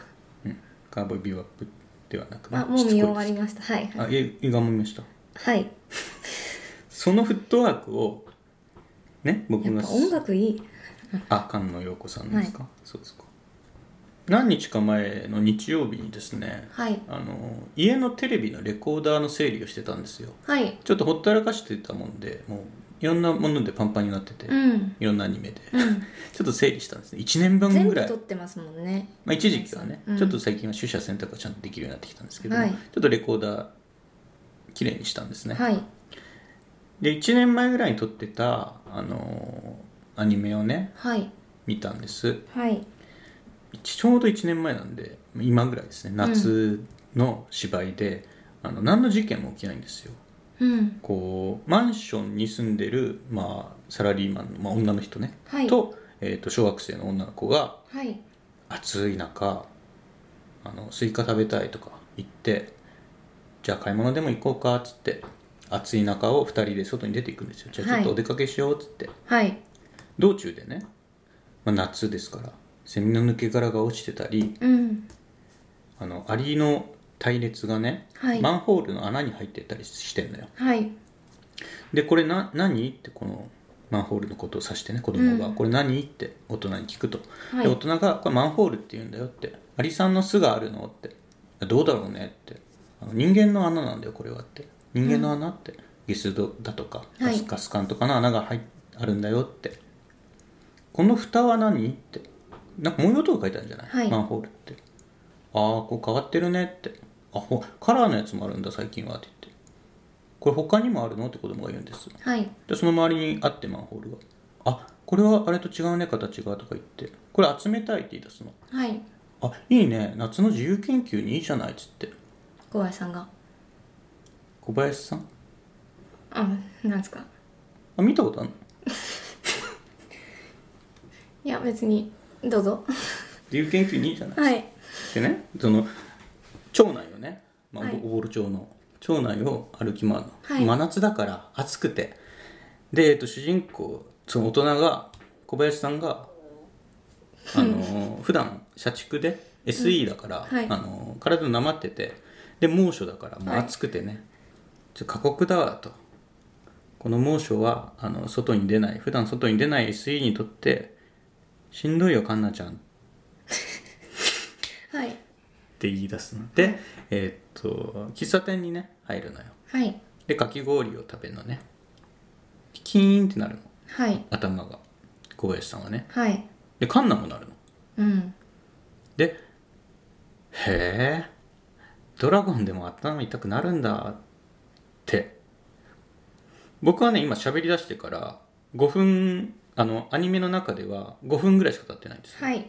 カーボーイビューアップではなくああねもうし見つ終こわいりでましたはいすあ映映画も見ましたはいそのフットワークをね僕やっがぱ音楽いいあ菅野陽子さんですか、そうですか何日か前の日曜日にですねはいあの家のテレビのレコーダーの整理をしてたんですよはいちょっとほったらかしてたもんでもういろんなものでパンパンになってて、うんいろんなアニメで、うんちょっと整理したんですね1年分全ぐ部らい撮ってますもんねまあ、一時期はね、うんちょっと最近は取捨選択がちゃんとできるようになってきたんですけども、はいちょっとレコーダー綺麗にしたんですね、はいで1年前ぐらいに撮ってた、あのーアニメをねはい見たんですはいちょうど1年前なんで今ぐらいですね夏の芝居で、あの何の事件も起きないんですようんこうマンションに住んでる、まあ、サラリーマンの、まあ、女の人ね、はいと,、えーと小学生の女の子がはい暑い中あのスイカ食べたいとか言ってじゃあ買い物でも行こうかっつって暑い中を2人で外に出ていくんですよじゃあちょっはいとお出かけしようっつって、はい道中でね、まあ、夏ですからセミの抜け殻が落ちてたりうんあのアリの隊列がね、はいマンホールの穴に入ってったりしてんのよはいでこれな何ってこのマンホールのことを指してね子供が、これ何って大人に聞くと、はいで大人が「これマンホールって言うんだよ」って「アリさんの巣があるの?」って「どうだろうね」って「あの人間の穴なんだよこれは」って「人間の穴?」ってゲスドだとかガはいス,、管とかの穴が入っあるんだよって「この蓋は何?」ってなんか模様とか書いてあるんじゃない、はいマンホールって「ああこう変わってるね」って「あほカラーのやつもあるんだ最近は」って言って「これ他にもあるの?」って子供が言うんですはいでその周りにあってマンホールが「あこれはあれと違うね形が」とか言って「これ集めたい」って言い出すのはい「あいいね夏の自由研究にいいじゃない」っつって小林さんが小林さんあなんですかあ見たことあるのいや別にどう ぞ自由研究にいいじゃないはいでねその町内をね、まあはいおぼろ町の町内を歩き回るの、はい真夏だから暑くてで、えっと、主人公その大人が小林さんがあの ー普段社畜で SE だから、はいあのー体なまっててで猛暑だからもう暑くてね、ちょっと過酷だわとこの猛暑はあの外に出ない普段外に出ない SE にとってしんどいよカンナちゃんはいって言い出すので、えーっと喫茶店にね入るのよはいでかき氷を食べるのねキーンってなるのはい頭が小林さんはねはいでカンナもなるのうんでへえドラゴンでも頭痛くなるんだって僕はね今喋り出してから5分あのアニメの中では5分ぐらいしか経ってないんですよはい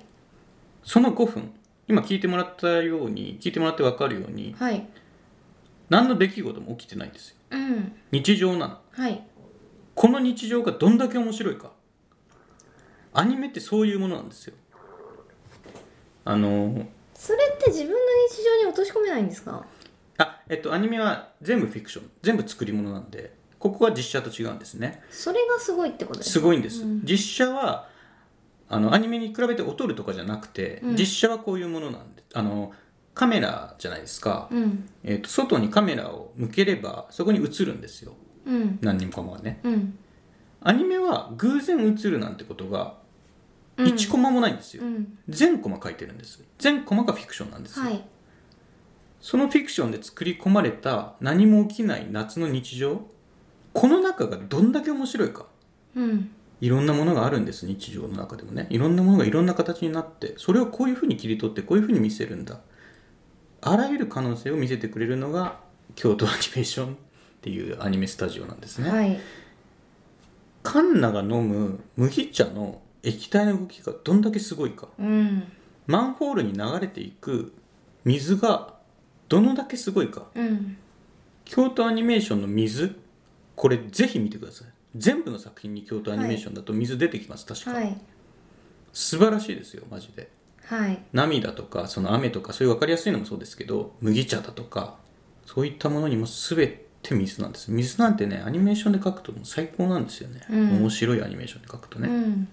その5分今聞いてもらったように聞いてもらって分かるようにはい何の出来事も起きてないんですようん日常なのはいこの日常がどんだけ面白いかアニメってそういうものなんですよあのそれって自分の日常に落とし込めないんですかあえっとアニメは全部フィクション全部作り物なんでここは実写と違うんですねそれがすごいってことですすかごいんです、実写はあのアニメに比べて劣るとかじゃなくて、実写はこういうものなんであのカメラじゃないですか、うんえー、と外にカメラを向ければそこに映るんですようん何人かもがねうんアニメは偶然映るなんてことが1コマもないんですよ、うん全コマ書いてるんです全コマがフィクションなんですよ、はいそのフィクションで作り込まれた何も起きない夏の日常この中がどんだけ面白いかうんいろんなものがあるんです日常の中でもねいろんなものがいろんな形になってそれをこういうふうに切り取ってこういうふうに見せるんだあらゆる可能性を見せてくれるのが京都アニメーションっていうアニメスタジオなんですね、はいカンナが飲む麦茶の液体の動きがどんだけすごいかうんマンホールに流れていく水がどのだけすごいかうん京都アニメーションの水これぜひ見てください全部の作品に京都アニメーションだと水出てきます、確か、はい素晴らしいですよマジではい涙とかその雨とかそういう分かりやすいのもそうですけど麦茶だとかそういったものにも全て水なんです水なんてねアニメーションで描くともう最高なんですよね、うん面白いアニメーションで描くとね、うっん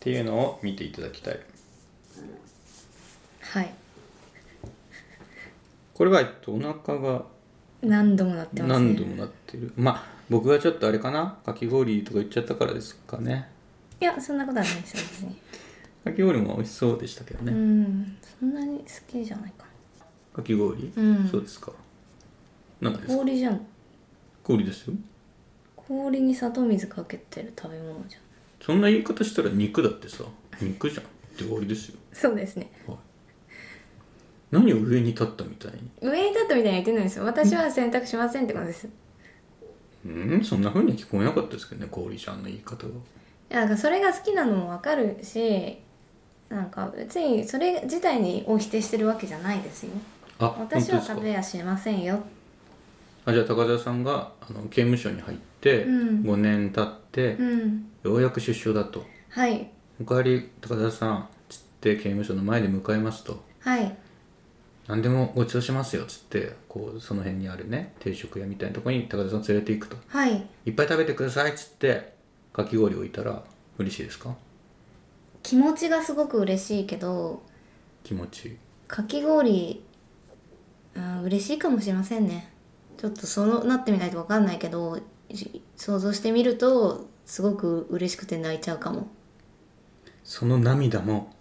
ていうのを見ていただきたいはいこれはえっとお腹が何度もなってますね何度もなってるまあ僕がちょっとあれかなかき氷とか言っちゃったからですかねいやそんなことはないですよ別にかき氷も美味しそうでしたけどね、うんそんなに好きじゃないかかき氷、うんそうですか何でなすか氷じゃん氷ですよ氷に砂糖水かけてる食べ物じゃんそんな言い方したら肉だってさ肉じゃんって氷ですよそうですね何を上に立ったみたいに上に立ったみたいに言ってないですよ私は選択しませんってことですうんそんな風に聞こえなかったですけどね氷ちゃんの言い方がいやなんかそれが好きなのもわかるしなんか別にそれ自体にを否定してるわけじゃないですよあ私は食べかやしませんよあじゃあ高田さんがあの刑務所に入ってうん5年経ってう、んようやく出所だとはい「おかえり高田さん」つって刑務所の前で迎えますとはい「何でもごちそうしますよ」つってこうその辺にあるね定食屋みたいなとこに高田さん連れて行くとはい「いっぱい食べてください」つってかき氷置いたら嬉しいですか気持ちがすごく嬉しいけど気持ちいいかき氷うん嬉しいかもしれませんねちょっとそうなってみないとわかんないけどじ想像してみるとすごく嬉しくて泣いちゃうかもその涙も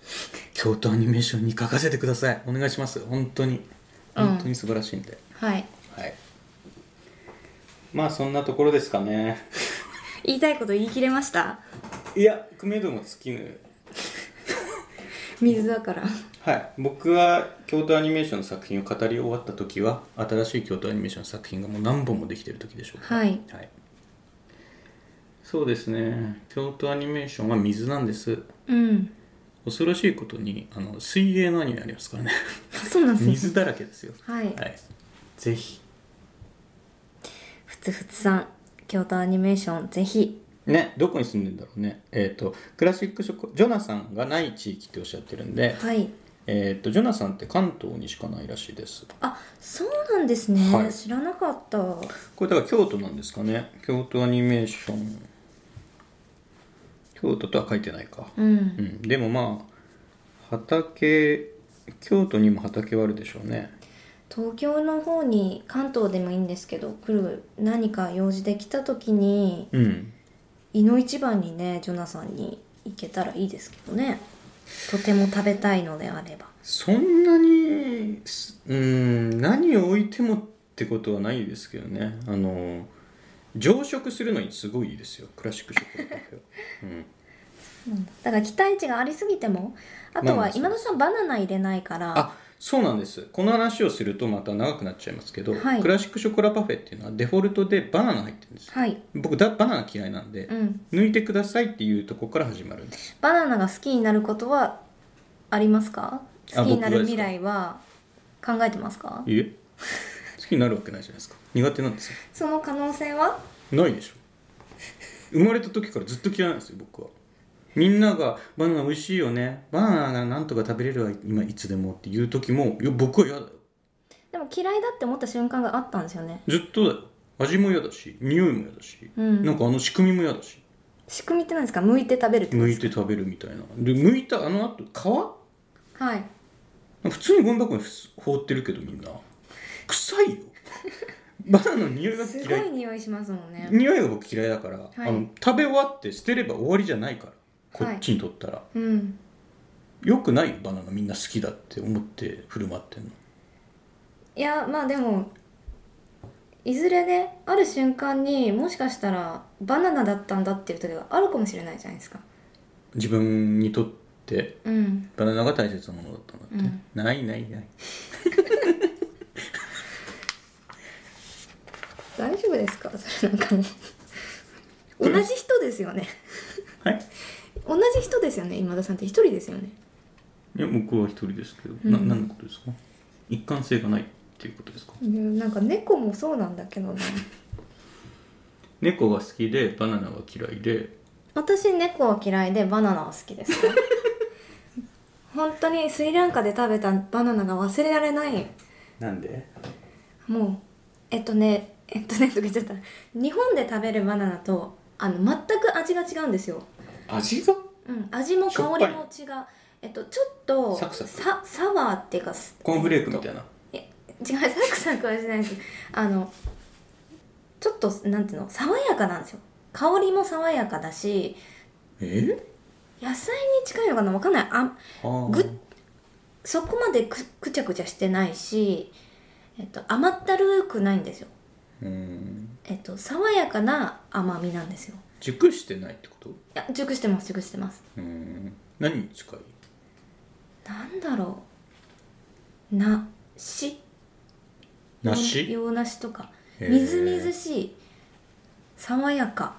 京都アニメーションに書かせてくださいお願いします本当にうん本当に素晴らしいんで、はいはいまあそんなところですかね言いたいこと言い切れましたいや久米度も尽きぬ水だからはい僕は京都アニメーションの作品を語り終わった時は新しい京都アニメーションの作品がもう何本もできてる時でしょうかはいはい、そうですね京都アニメーションは水なんですうん恐ろしいことにあの水泳のアニメありますからね そうなんですね水だらけですよはい、はい、ぜひふつふつさん京都アニメーションぜひねどこに住んでんだろうねえっ、とクラシックショコジョナサンがない地域っておっしゃってるんで、はいえっ、とジョナサンって関東にしかないらしいですあそうなんですね、はい知らなかったこれだから京都なんですかね京都アニメーション京都とは書いてないかうんうんでもまあ畑京都にも畑はあるでしょうね東京の方に関東でもいいんですけど来る何か用事できた時にうんいの一番にねジョナサンに行けたらいいですけどねとても食べたいのであればそんなにすうん何を置いてもってことはないですけどねあの常食するのにすごいいいですよクラシック食パフ ェは、うん、だから期待値がありすぎてもあとまあまあはそう今田さんバナナ入れないからあそうなんですこの話をするとまた長くなっちゃいますけど、はいクラシックショコラパフェっていうのはデフォルトでバナナ入ってるんですよはい僕だバナナ嫌いなんで、うん抜いてくださいっていうとこから始まるんですバナナが好きになることはありますかあ好きになる僕がで未来すかは考えてますかえ好きになるわけないじゃないですか苦手なんですよその可能性はないでしょ生まれた時からずっと嫌いなんですよ僕はみんなが「バナナ美味しいよねバナナがなんとか食べれるわ今いつでも」っていう時もいや僕は嫌だよでも嫌いだって思った瞬間があったんですよねずっとだよ味も嫌だし匂いも嫌だし、うんなんかあの仕組みも嫌だし仕組みって何ですか剥いて食べるってこと剥でいすて食べるみたいなで剥いたあのあと皮かはい普通にゴミ箱に放ってるけどみんな臭いよ バナナの匂いがすご嫌いい匂いしますもんね匂いが僕嫌いだから、あの食べ終わって捨てれば終わりじゃないからこっちにとったら、うんよくないよバナナみんな好きだって思って振る舞ってんのいやまあでもいずれねある瞬間にもしかしたらバナナだったんだっていう時があるかもしれないじゃないですか自分にとってうんバナナが大切なものだったんだって、ないないない大丈夫ですか それなんかもう同じ人ですよねはい同じ人ですよね今田さんって一人ですよねいや僕は一人ですけど、うんな何のことですか一貫性がないっていうことですかうんなんか猫もそうなんだけどな猫が好きでバナナが嫌いで私猫は嫌いでバナナは好きです本当にスリランカで食べたバナナが忘れられないなんでもうえっとねえっとねとか言っちゃった日本で食べるバナナとあの全く味が違うんですよ、味がうん、味も香りも違うえっとちょっとサクサクさサワーっていうかすコーンフレークみたいなえ違うサクサクはしないですあのちょっとなんていうの爽やかなんですよ香りも爽やかだしえ野菜に近いのかなわかんないああぐそこまでくくちゃくちゃしてないし、えっと、甘ったるくないんですようんえっと爽やかな甘みなんですよ熟してないってこといや熟してます熟してますうん何に近いなんだろうなし梨洋梨とかへーみずみずしい爽やか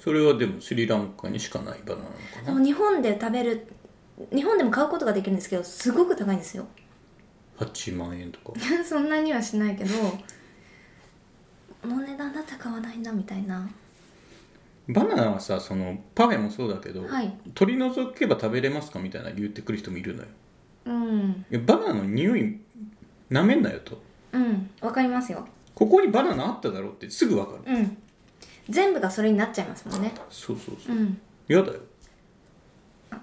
それはでもスリランカにしかないバナナなのでかなも日本で食べる日本でも買うことができるんですけどすごく高いんですよ 8万円とかそんなにはしないけどこの値段だったら買わないなみたいなバナナはさそのパフェもそうだけど、はい取り除けば食べれますかみたいな言ってくる人もいるのようんいやバナナの匂いなめんなよとうんわかりますよここにバナナあっただろうってすぐ分かるうん全部がそれになっちゃいますもんねそうそううそうん嫌、だよ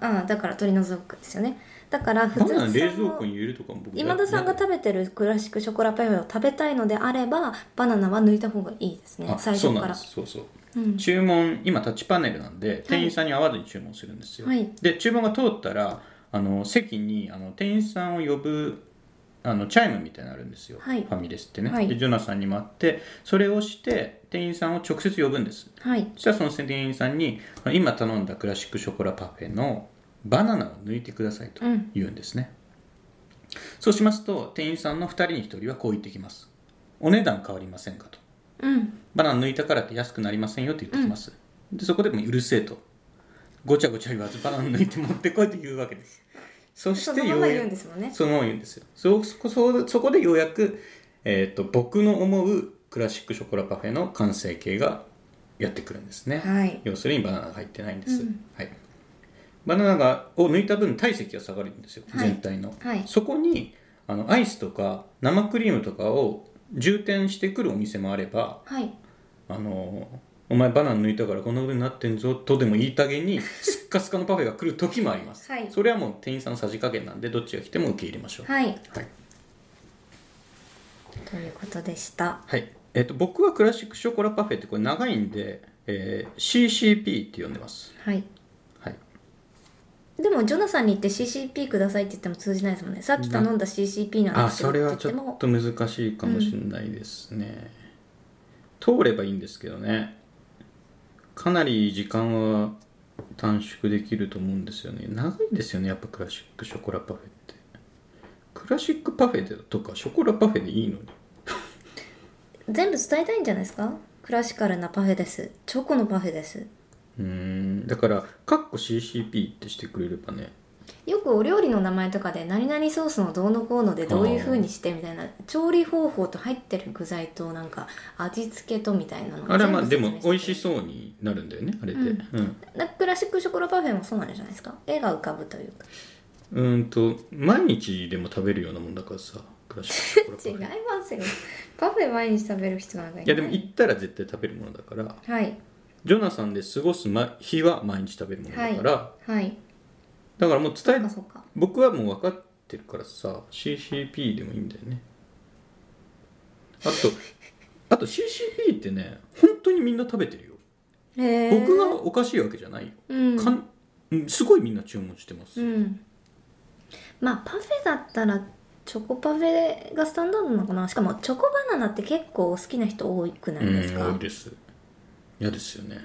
ああだから取り除くですよねだからバ普通ナナに冷蔵庫に入れるとかも僕今田さんが嫌だ食べよてるクラシックショコラパフェを食べたいのであればバナナは抜いた方がいいですねあ最そう初なかんでらすそうそううん注文今タッチパネルなんで店員さんに会わずに注文するんですよ、はいで注文が通ったらあの席にあの店員さんを呼ぶあのチャイムみたいなのあるんですよ、はいファミレスってね、はいでジョナサンにもあってそれをして店員さんを直接呼ぶんですはいそしたらその店員さんにあの今頼んだクラシックショコラパフェのバナナを抜いてくださいとうん言うんですね、そうしますと店員さんの2人に1人はこう言ってきますお値段変わりませんかとうんバナナ抜いたからって安くなりませんよって言ってきます、でそこでもううるせえとごちゃごちゃ言わずバナナ抜いて持ってこいと言うわけですそしそてのよまうまや言うんでくすもんねそのまま言うんですよそそこそそこでようやく、えー、と僕の思うクラシックショコラパフェの完成形がやってくるんですね、はい要するにバナナが入ってないんです、うんはい、バナナがを抜いた分体積が下がるんですよ、はい全体の、はいそこにあのアイスとか生クリームとかを充填してくるお店もあればはいあのお前バナナ抜いたからこんなことになってんぞとでも言いたげ にすっかすかのパフェが来る時もあります、はいそれはもう店員さんのさじ加減なんでどっちが来ても受け入れましょうはいはい、ということでしたはいえっと僕はクラシックショコラパフェってこれ長いんで、えー CCP って呼んでます、はいはい、でもジョナさんに言って CCP くださいって言っても通じないですもんねさっき頼んだ CCP なんあですけどそれはちょて言っもと難しいかもしれないですね、通ればいいんですけどねかなり時間は短縮できると思うんですよね長いですよねやっぱクラシックショコラパフェってクラシックパフェでとかショコラパフェでいいのに全部伝えたいんじゃないですかクラシカルなパフェですチョコのパフェですうーんだから「かっこ CCP」ってしてくれればねよくお料理の名前とかで何々ソースのどうのこうのでどういう風にしてみたいな調理方法と入ってる具材となんか味付けとみたいなのあれはまあでも美味しうそうになるんだよねあれでううんん、クラシックショコラパフェもそうなんじゃないですか絵が浮かぶというかうーんと毎日でも食べるようなもんだからさクラシック シ違いョコラパフェますよパフェ毎日食べる人なんかいないいやでも行ったら絶対食べるものだからはいジョナサンで過ごすま日は毎日食べるものだから、はいだからもうそ伝っえかそっか僕はもう分かってるからさ CCP でもいいんだよねあ とあと CCP ってね本当にみんな食べてるよへえ僕がおかしいわけじゃないよ、うんかんうんすごいみんな注文してます、うんまあパフェだったらチョコパフェがスタンダードなのかなしかもチョコバナナって結構好きな人多くないですか、うん多いです嫌ですよね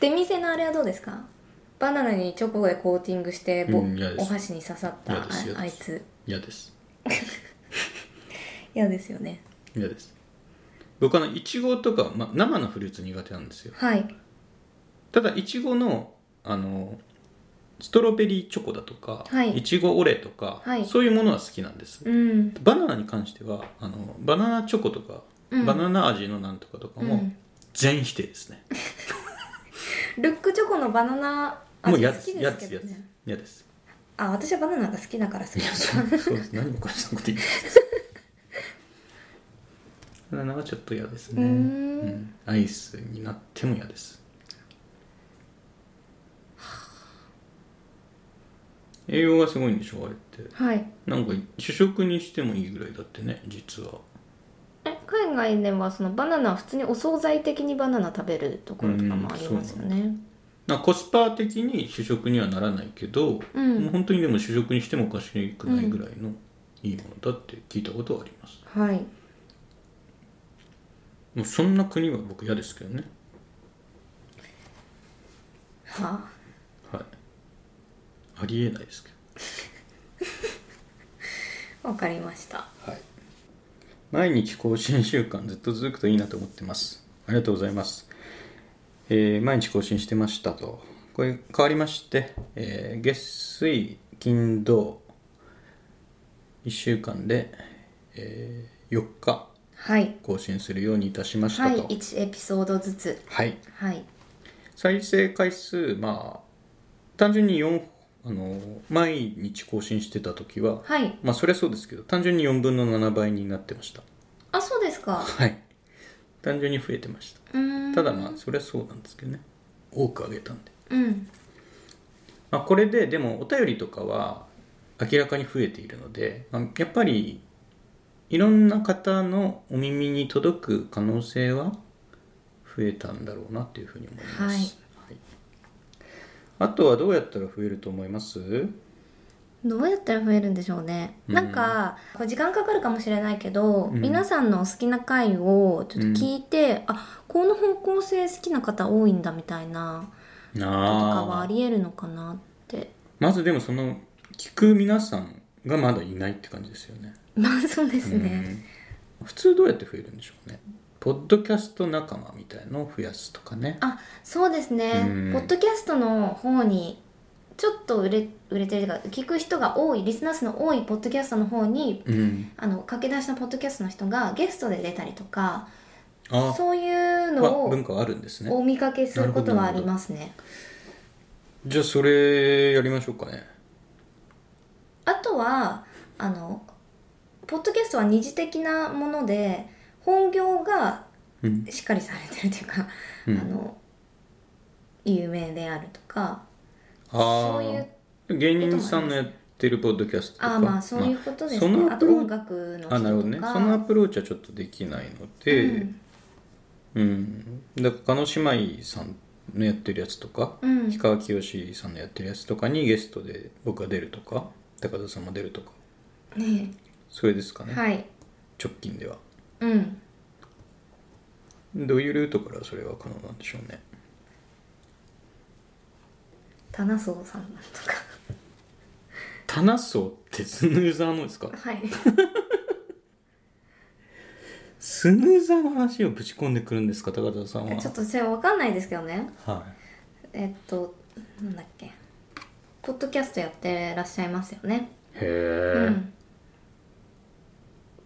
で店のあれはどうですかバナナにチョコでコーティングして、ぼうん嫌ですお箸に刺さった嫌あです嫌ですあいつ嫌です嫌ですよね嫌です僕あのいちごとか、ま、生のフルーツ苦手なんですよはいただいちごのあのストロベリーチョコだとか、はいちごオレとか、はいそういうものは好きなんです、うんバナナに関してはあのバナナチョコとか、うんバナナ味のなんとかとかうもん全否定ですね、ルックチョコのバナナも味う嫌好ですき嫌でですけす嫌どですね嫌ですあ私はバナナが好きだから好きいやそうそうです何おかしなこと言ってますバナナはちょっと嫌ですねうーんうんアイスになっても嫌です栄養がすごいんでしょあれっ てはいなんか主食にしてもいいぐらいだってね実はえ海外ではそのバナナは普通にお惣菜的にバナナ食べるところとかもありますよねなんかコスパ的に主食にはならないけど、うんもう本当にでも主食にしてもおかしくないぐらいのいいものだって聞いたことはあります、はいもうそんな国は僕嫌ですけどねははいありえないですけあわかりましたどはい毎日更新習慣ずっと続くといいなと思ってますありがとうございますえー毎日更新してましたとこれ変わりまして、えー月水金土1週間で、え4日はい更新するようにいたしましたはいと、はい1エピソードずつはい再生回数まあ単純に4あの毎日更新してた時は、はいまあそりゃそうですけど単純に4分の7倍になってましたあそうですかはい単純に増えてましたうーんただまあそりゃそうなんですけどね多くあげたんで、うんまあ、これででもお便りとかは明らかに増えているので、まあ、やっぱりいろんな方のお耳に届く可能性は増えたんだろうなっていうふうに思います、はいあとはどうやったら増えると思いますどうやったら増えるんでしょうね、うんなんかこう時間かかるかもしれないけど、うん皆さんのお好きな回をちょっと聞いて、あこの方向性好きな方多いんだみたいなとかはああありえるのかなって まずでもその聞く皆さんがまだいないって感じですよねまあそうですね、うん普通どうやって増えるんでしょうねポッドキャスト仲間みたいのを増やすとかねあそうですね、うんポッドキャストの方にちょっと売れ売れてるというか聞く人が多いリスナー数の多いポッドキャストの方にうんあの駆け出しのポッドキャストの人がゲストで出たりとかあそういうまあの文を化はあるんですねお見かけすることはありますねじゃあそれやりましょうかねあとはあのポッドキャストは二次的なもので本業がうんしっかりされてるというか、うんあの有名であるとかあそういうあ芸人さんのやってるポッドキャストとかああまあそういうことですまね、ああとそのア音プロ楽の人とかあなるほどねそのアプローチはちょっとできないのでうんうん、だから狩野姉妹さんのやってるやつとか、うん氷川きよしさんのやってるやつとかにゲストで僕が出るとか高田さんも出るとかねそれですかね、はい直近ではうんどういうルートからそれは可能なんでしょうね棚荘さんとかタナソーってスヌーザーのですかはい スヌーザーの話をぶち込んでくるんですか高田さんはちょっとそれは分かんないですけどねはえっとなんだっけポッドキャストやってらっしゃいますよね、いへえ、うん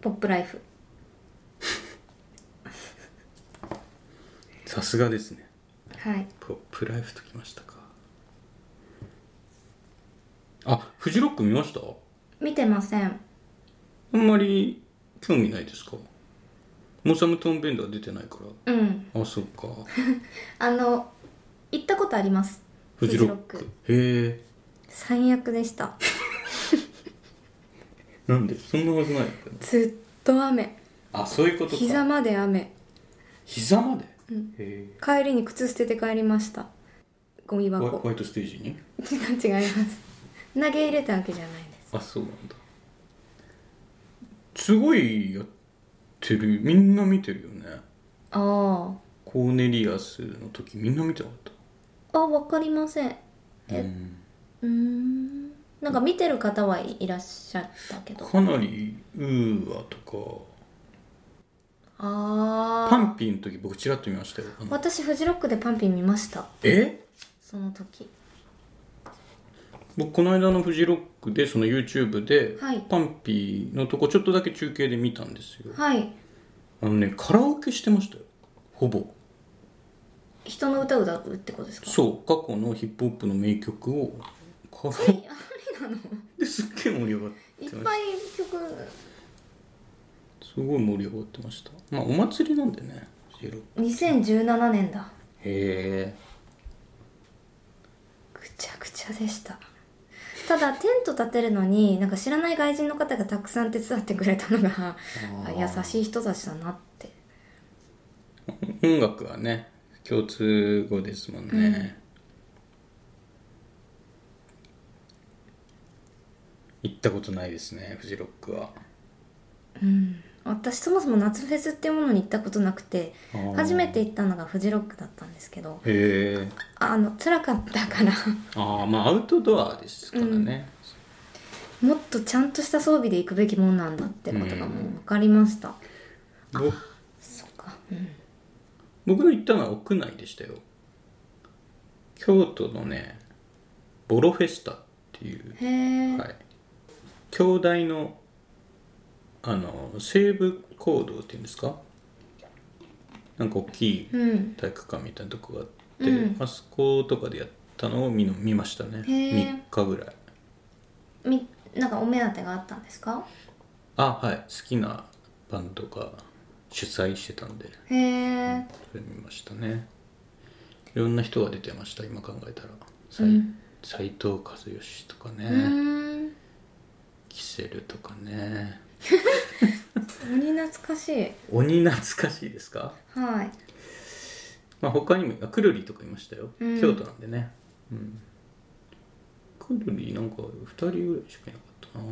ポップライフさすがですねはいポップライフときましたかあフジロック見ました見てませんあんまり興味ないですかモサムトンベンダー出てないかうんらあそっかあの行ったことありますフジロックフジへえ最悪でしたなんでそんなはずないのかなずっと雨あそういうことか膝まで雨膝まで、うんへえ帰りに靴捨てて帰りましたゴミホワイホ箱ワイトステージに 違います投げ入れたわけじゃないですあそうなんだすごいやってるみんな見てるよねあコーネリアスの時みんな見てなかっああわかりませんたえうんうーんなんか見てる方はいいらっしゃったけどかなりウーアとあかあパンピーの時僕ちらっと見ましたよあの私フジロックでパンピン見ましたえその時僕この間のフジロックでその YouTube で、はいパンピーのとこちょっとだけ中継で見たんですよはいあのねカラオケしてましたよほぼ人の歌を歌うってことですかそう過去のヒップホップの名曲をカラオケですっげえ盛り上がっていっましたぱい曲すごい盛り上がってましたまあお祭りなんでねフジロック2017年だへえぐちゃぐちゃでしたただテント立てるのになんか知らない外人の方がたくさん手伝ってくれたのがあ優しい人たちだなって音楽はね共通語ですもんね、行ったことないですねフジロックは私そもそも夏フェスっていうものに行ったことなくてあー初めて行ったのがフジロックだったんですけどへえあの辛かったからああまあアウトドアですからね、もっとちゃんとした装備で行くべきもんなんだってことがもう分かりました、ぼそっかうん僕の行ったのは屋内でしたよ京都のねボロフェスタっていうへえ、はい、京大のあの西部講堂っていうんですかなんか大きいうん体育館みたいなとこがあって、うんあそことかでやったのを見の見ましたねへー3日ぐらいみなんかお目当てがあったんですかあはい好きなバンドが主催してたんでへえそれ見ましたねいろんな人が出てました今考えたら斎、うん斉藤和義とかうねーんキセルとかね鬼懐かしい鬼懐かしいですかはいまあ他にもあくるりとかいましたよ、うん京都なんでねうんくるりなんか2人ぐらいしかいなかったな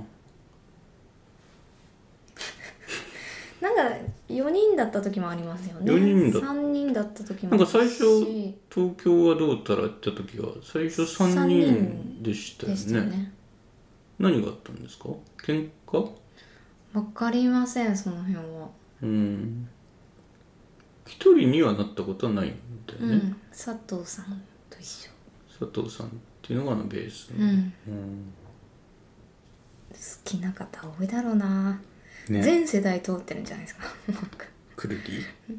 なんか4人だった時もありますよね四人だ3人だった時もなんか最初あるし東京はどうたらって時は最初3人でしたよでねしたね何があったんですか喧嘩わかりませんその辺は、うん1人にはなったことはないんだようね、ん佐藤さんと一緒佐藤さんっていうのがあのベースうの、んうん好きな方多いだろうな、ね全世代通ってるんじゃないですか なんかくるり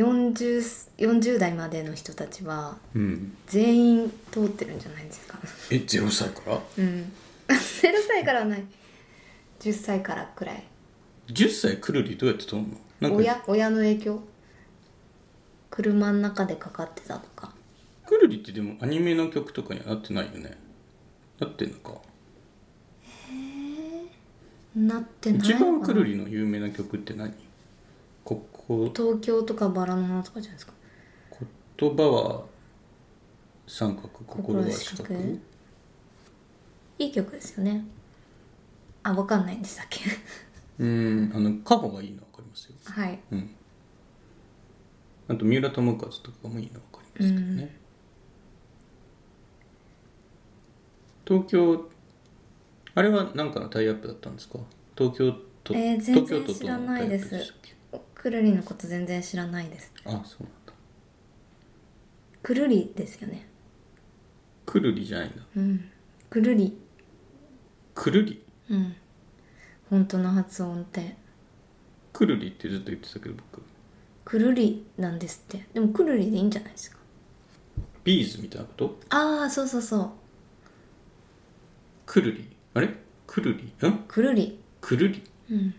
40, す40代までの人たちはうん全員通ってるんじゃないですか え0歳からうん0 歳からはない10歳からくらい10歳くるりどうやって撮るのなんか親親の影響車の中でかかってたとかくるりってでもアニメの曲とかにはなってないよねなってんのかなってないのか一な番くるりの有名な曲って何ここ東京とかバラの花とかじゃないですか言葉は三角心は四角心は四角いい曲ですよねあわかんないんでしたっけ うんあのカホがいいの分かりますよはいうんあと三浦友和とかもいいの分かりますけどね、東京あれは何かのタイアップだったんですか東京都、えー全東京然都と知らないですのタイアップしたっけくるりのこと全然知らないですあそうなんだくるりですよねくるりじゃないんだうんくるりくるりうん本当の発音ってくるりってずっと言ってたけど僕くるりなんですってでもくるりでいいんじゃないですかビーズみたいなことああそうそうそうくるりあれくるりんくるりくるりうん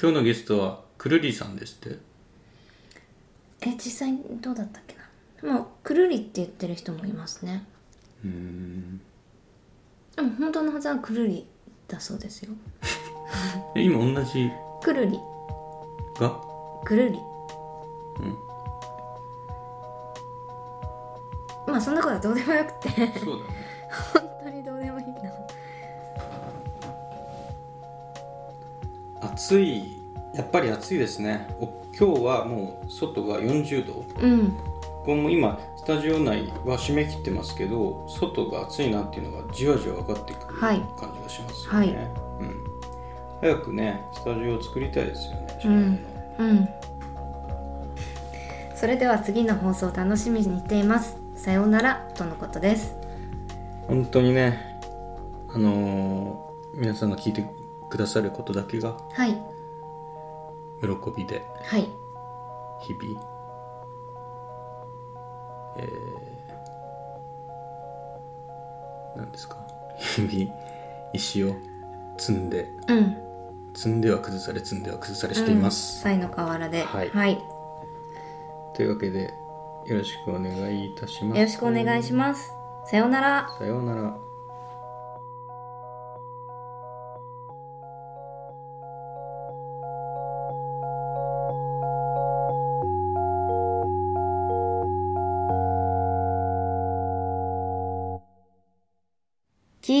今日のゲストはくるりさんですってえ実際どうだったっけなもうくるりって言ってる人もいますねうーんでも本当のはずはくるりだそうですよえ今同じくるりがくるりまあそんなことはどうでもよくてそうだね本当にどうでもいいな暑いやっぱり暑いですねお今日はもう外が40度うんここも今スタジオ内は締め切ってますけど外が暑いなっていうのがじわじわ分かってくるはい感じがしますよね、うん、早くねスタジオを作りたいですよねうんうんそれでは次の放送を楽しみにしていますさようならとのことです本当にねあのー皆さんが聞いてくださることだけがはい喜びではい日々、えー、なんですか日々石を積んでうん積んでは崩され積んでは崩されしています、うん、サイの河原でははいはい、というわけでよろしくお願いいたしますよろしくお願いしますさようならさようなら聞